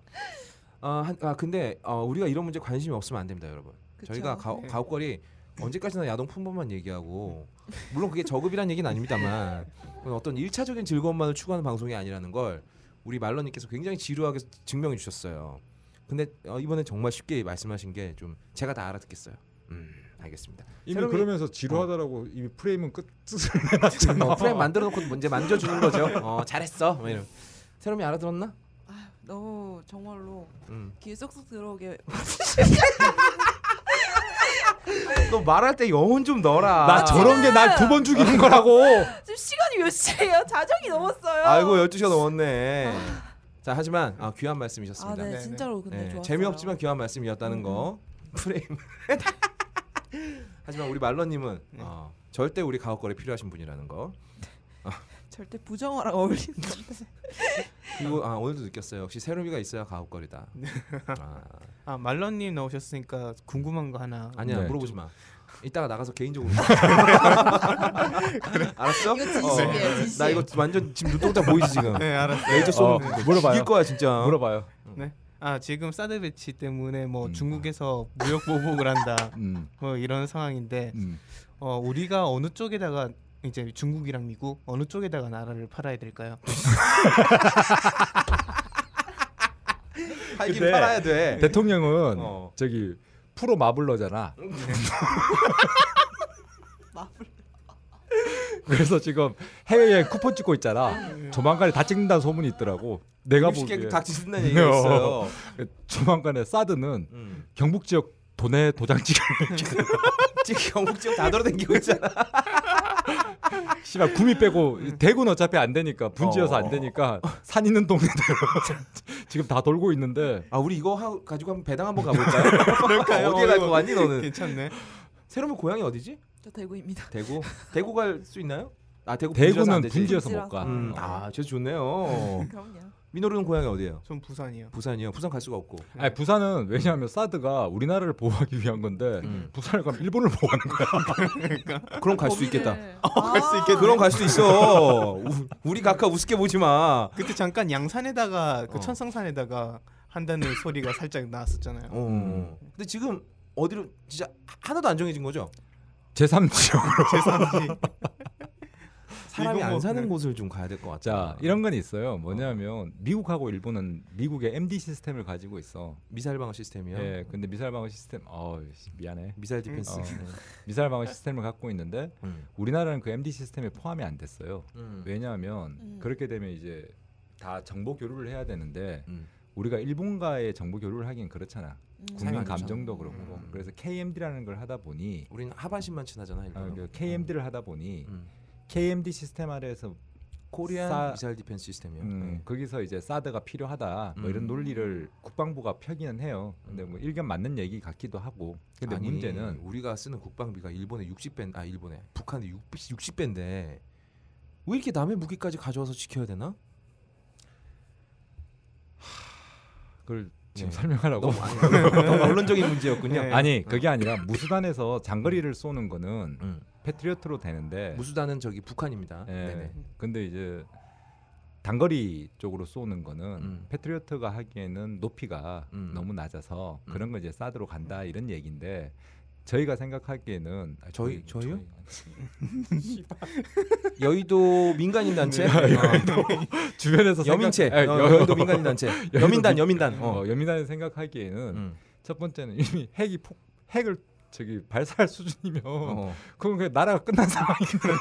아, 한, 아 근데 어, 우리가 이런 문제 관심이 없으면 안 됩니다, 여러분. 그쵸? 저희가 가, 네. 가옥거리 언제까지나 야동 품법만 얘기하고 물론 그게 저급이란 얘기는 아닙니다만 그건 어떤 일차적인 즐거움만을 추구하는 방송이 아니라는 걸 우리 말러님께서 굉장히 지루하게 증명해 주셨어요. 근데 어, 이번에 정말 쉽게 말씀하신 게 좀 제가 다 알아듣겠어요. 음, 알겠습니다. 이미 새로운- 그러면서 지루하다라고 이미 프레임은 끝 끝을 내놨잖아. 어, 프레임 만들어 놓고 이제 만져주는 거죠. 어, 잘했어. 뭐 이런. 새롬이 알아들었나? 아, 너무 정말로 음. 귀에 쏙쏙 들어오게 너 말할 때 여혼 좀 넣어라. 아, 나 저런 게 날 두 번 죽이는 거라고. 지금 시간이 몇 시예요? 자정이 넘었어요. 아이고 12시가 넘었네. 자, 하지만 아, 귀한 아, 말씀이셨습니다. 네, 네, 진짜로 근데 네, 좋았어요. 음, 재미없지만 귀한 말씀이었다는 거. 프레임. 하지만 우리 말러님은 네. 어, 절대 우리 가옥거래 필요하신 분이라는 거. 절대 부정어랑 어울리는 건데. 그리고 아, 오늘도 느꼈어요. 역시 새로미가 있어야 가옥거리다. 아, 아 말런님 나오셨으니까 궁금한 거 하나. 아니야 네. 물어보지 마. 이따가 나가서 개인적으로. 알았어? 이거 진심이에요, 진심. 나 이거 완전 지금 눈동자 보이지 지금. 네 알았어. 레이저 쏘는 어, 거 물어봐요. 죽일 거야 진짜. 물어봐요. 음. 아 지금 사드 배치 때문에 뭐 음. 중국에서 무역 보복을 한다. 음, 뭐 이런 상황인데 음. 어 우리가 어느 쪽에다가 이제 중국이랑 미국 어느 쪽에다가 나라를 팔아야 될까요? 팔긴 근데 팔아야 돼. 대통령은 어. 네. 저기 프로 마블러잖아. 마블. 그래서 지금 해외여행 쿠폰 찍고 네. 있잖아. 조만간에 다 찍는다는 소문이 있더라고. 내가 보기에 쉽게 닥치 쓴다는 얘기가 있어요. 조만간에 사드는 음. 경북 지역 도내 도장지를 지금 경북 지역 다 돌아다니고 있잖아. 씨발 구미 빼고 대구는 어차피 안 되니까 분지여서 어. 안 되니까 산 있는 동네들 지금 다 돌고 있는데 아 우리 이거 하, 가지고 한번 배당 한번 가볼까요? 그럴까요? 어디에 갈 어, 거 이거 같니 너는? 괜찮네. 새로운 고향이 어디지? 저 대구입니다. 대구. 대구 갈 수 있나요? 아 대구 분지라서 음. 안 대구는 되지. 분지여서 분지라서. 못 가. 음, 아. 아, 저 좋네요. 그럼요. 민호루는 고향이 어디예요? 전 부산이요. 부산이요. 부산 갈 수가 없고. 아니 부산은 왜냐하면 사드가 우리나라를 보호하기 위한 건데 음. 부산을 가면 일본을 보호하는 거야. 그럼 갈 수 있겠다. 갈 수 있겠다. 그럼 갈 수 있어. 우, 우리 각하 우습게 보지 마. 그때 잠깐 양산에다가 그 어. 천성산에다가 한다는 소리가 살짝 나왔었잖아요. 어. 음. 근데 지금 어디로 진짜 하나도 안 정해진 거죠? 제3지역. 죄송합니다. 사람이 이거 안 뭐 사는 그냥- 곳을 좀 가야 될 것 같아. 네. 자 이런 건 있어요. 뭐냐면 미국하고 일본은 미국의 MD 시스템을 가지고 있어. 미사일 방어 시스템이요. 예, 근데 미사일 방어 시스템. 어 미안해. 미사일 디펜스. 네. 어. 미사일 방어 시스템을 갖고 있는데 음. 우리나라는 그 MD 시스템에 포함이 안 됐어요. 음. 왜냐하면 음. 그렇게 되면 이제 다 정보 교류를 해야 되는데 음. 우리가 일본과의 정보 교류를 하긴 그렇잖아. 국민 음. 사용하기 좋죠. 감정도 그렇고. 음. 그래서 KMD라는 걸 하다 보니 우리는 하반신만 친하잖아 아, 일본. 그 KMD를 하다 보니 음. KMD 시스템 아래에서 코리안 사- 미사일 디펜스 시스템이요. 네. 음, 거기서 이제 사드가 필요하다 뭐 음. 이런 논리를 국방부가 펴기는 해요. 근데 뭐 일견 맞는 얘기 같기도 하고. 근데 아니, 문제는 우리가 쓰는 국방비가 일본의 60배, 아 일본의 북한의 60, 60배인데 왜 이렇게 남의 무기까지 가져와서 지켜야 되나? 그걸 지금 네. 설명하라고. 너무, 아니, 너무 언론적인 문제였군요. 네. 아니 그게 아니라 무수단에서 장거리를 쏘는 거는 음. 패트리어트로 되는데 무수단은 저기 북한입니다. 예, 네네. 근데 이제 단거리 쪽으로 쏘는 거는 음. 패트리어트가 하기에는 높이가 음. 너무 낮아서 음. 그런 걸 이제 사드로 간다 이런 얘기인데 저희가 생각하기에는 아, 저희- 저희요? 저희- 네, 여의도 민간인 단체, 어, 주변에서 여민체, 생각, 어, 아, 여, 여의도 민간인 단체, 여민단, 여민단. 어. 어, 여민단이 생각하기에는 음. 첫 번째는 이미 핵이 폭 핵을 저기 발사할 수준이면 어. 그건 그냥 나라가 끝난 상황이거든.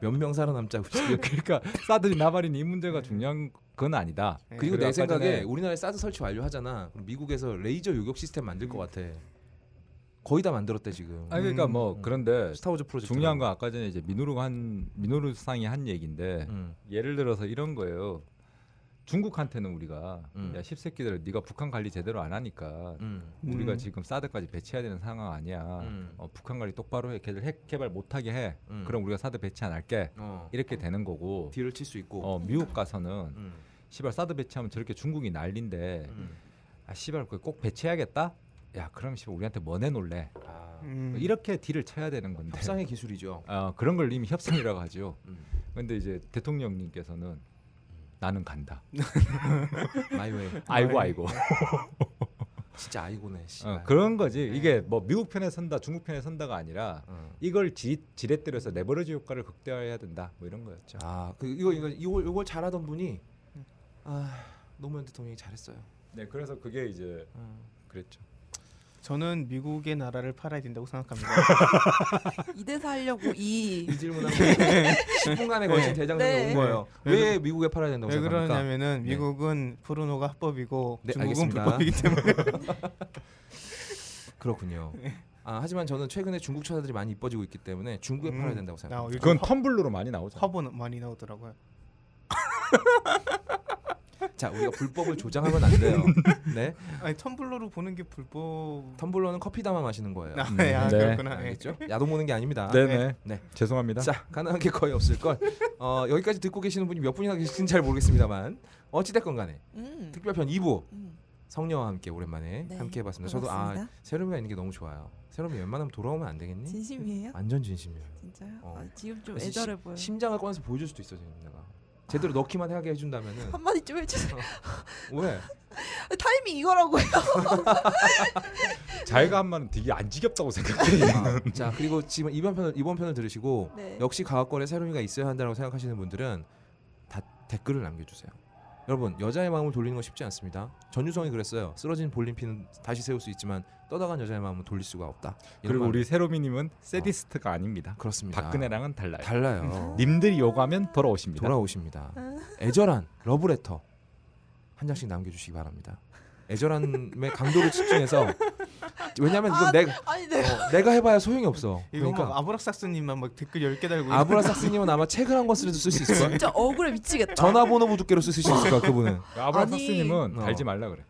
몇명 살아남자고 지금. 그러니까 사드니 나발이니 이 네. 문제가 중요한 건 아니다. 네. 그리고 그리고 내 아까 생각에 전에- 우리나라에 사드 설치 완료하잖아. 그럼 미국에서 레이저 요격 시스템 만들 것 같아. 거의 다 만들었대 지금. 아니 그러니까 음. 뭐 그런데 스타워즈 프로젝트. 중요한 건 아까 전에 이제 민호루가 한 민호루 상이 한 얘기인데 음. 예를 들어서 이런 거예요. 중국한테는 우리가 음. 야 십새끼들 네가 북한 관리 제대로 안 하니까 음. 음. 우리가 지금 사드까지 배치해야 되는 상황 아니야. 음. 어, 북한 관리 똑바로 해. 걔들 핵 개발 못하게 해. 음. 그럼 우리가 사드 배치 안 할게. 어. 이렇게 되는 거고 딜을 칠 수 있고. 어, 미국 어, 가서는 음. 시발 사드 배치하면 저렇게 중국이 난린데 아 시발 그거 꼭 배치해야겠다. 야 그럼 시발 우리한테 뭐 내놓을래? 아, 음. 이렇게 딜을 쳐야 되는 건데. 협상의 기술이죠. 아, 그런 걸 이미 협상이라고 하죠. 음. 근데 이제 대통령님께서는 나는 간다. 마이웨이. 알고 알고. 아, 예. 진짜 아이고네. 씨발. 어, 그런 거지. 네. 이게 뭐 미국 편에 선다, 중국 편에 선다가 아니라 어. 이걸 지, 지렛 때려서 레버리지 효과를 극대화해야 된다. 뭐 이런 거였죠. 아, 그 이거 이거 이걸, 이걸 잘하던 분이 아, 노무현 대통령이 잘했어요. 네, 그래서 그게 이제 어. 그랬죠. 저는 미국의 나라를 팔아야 된다고 생각합니다. 이대사 하려고 이 이 질문하고 10분간에 걸친 대장정이 네. 온 거예요. 네. 왜 미국에 팔아야 된다고 왜 생각합니까? 그러냐면은 미국은 포르노가 합법이고 네, 중국은 알겠습니다. 불법이기 때문에 그렇군요. 네. 아, 하지만 저는 최근에 중국 처자들이 많이 이뻐지고 있기 때문에 중국에 팔아야 음. 된다고 나 생각합니다. 요즘 그건 텀블러로 많이 나오죠. 화보 많이 나오더라고요. 자, 우리가 불법을 조장하면 안 돼요. 네. 아니 텀블러로 보는 게 불법. 텀블러는 커피 담아 마시는 거예요. 아, 음, 네, 아 네. 그렇구나. 네. 알겠죠? 야동 보는 게 아닙니다. 네, 네. 네. 죄송합니다. 자, 가능한 게 거의 없을 걸. 어, 여기까지 듣고 계시는 분이 몇 분이나 계신지 잘 모르겠습니다만 어찌 됐건 간에 음. 특별편 2부 음. 성녀와 함께 오랜만에 네, 함께 해 봤습니다. 저도 아, 반갑습니다. 세롬이가 있는 게 너무 좋아요. 세롬이 웬만하면 돌아오면 안 되겠니? 진심이에요? 완전 진심이에요. 진짜요? 어. 아, 지금 좀 그래서 애절해 시- 보여. 요 심장을 꺼내서 보여줄 수도 있어, 지금 내가. 제대로 넣기만 하게 해준다면은 한마디 좀 해주세요. 왜? 타이밍 이거라고요. 자기가 한 말은 되게 안 지겹다고 생각해요. 아, 자 그리고 지금 이번 편을 이번 편을 들으시고 네. 역시 가학권에 새로미가 있어야 한다고 생각하시는 분들은 다 댓글을 남겨주세요. 여러분 여자의 마음을 돌리는 건 쉽지 않습니다. 전유성이 그랬어요. 쓰러진 볼림피는 다시 세울 수 있지만 떠나간 여자의 마음은 돌릴 수가 없다. 이런 그리고 말을- 우리 세로미님은 세디스트가 아닙니다. 그렇습니다. 박근혜랑은 달라요. 달라요. 님들이 요구하면 돌아오십니다. 돌아오십니다. 아. 애절한 러브레터 한 장씩 남겨주시기 바랍니다. 애절함의 강도를 집중해서 왜냐하면 이건 내가 아니 네. 어, 내가 해봐야 소용이 없어. 이거 그러니까 막 아브락삭스님만 막 댓글 10개 달고 아브라삭스님은 아마 책을 한 권 쓰려도 쓸 수 있을 거야. 진짜 억울해 미치겠다. 전화번호 부두께로 쓰실 수 있을 거야 그분은. 아브라함스님은 아니- 달지 말라 그래.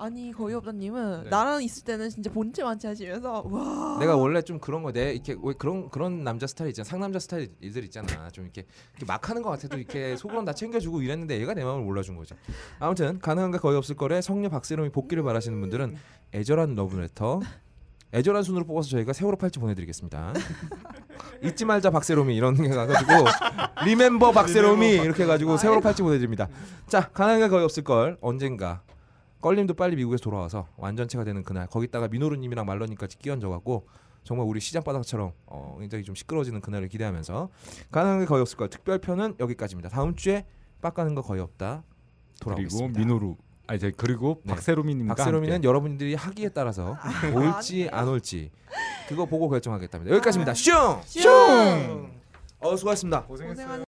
아니 거의 없다님은 네. 나랑 있을 때는 진짜 본체 만취하시면서 와. 내가 원래 좀 그런 거내 이렇게 왜 그런 그런 남자 스타일 있잖아 상남자 스타일들 있잖아 좀 이렇게, 이렇게 막 하는 것 같아도 이렇게 속으로 다 챙겨주고 이랬는데 얘가 내 마음을 몰라준 거지. 아무튼 가능한 게 거의 없을 거래 성녀 박세롬이 복귀를 바라시는 분들은 애절한 러브레터 애절한 순으로 뽑아서 저희가 세월호 팔찌 보내드리겠습니다. 잊지 말자 박세롬이 이런 게 가지고 리멤버 박세롬이 이렇게 가지고 세월호 팔찌 보내드립니다. 자 가능한 게 거의 없을 걸 언젠가 껄림도 빨리 미국에서 돌아와서 완전체가 되는 그날 거기다가 민호루님이랑 말러님까지 끼얹어갖고 정말 우리 시장바닥처럼 어, 굉장히 좀 시끄러워지는 그날을 기대하면서 가능한 게 거의 없을 걸 특별편은 여기까지입니다. 다음 주에 빡가는 거 거의 없다 그리고 돌아오겠습니다. 민호루 아니 저 그리고 네. 박세롬이님과 박세롬이는 함께. 여러분들이 하기에 따라서 아, 올지 안 올지 그거 보고 결정하겠답니다. 여기까지입니다. 슝! 슝! 어 수고하셨습니다. 고생하셨어요.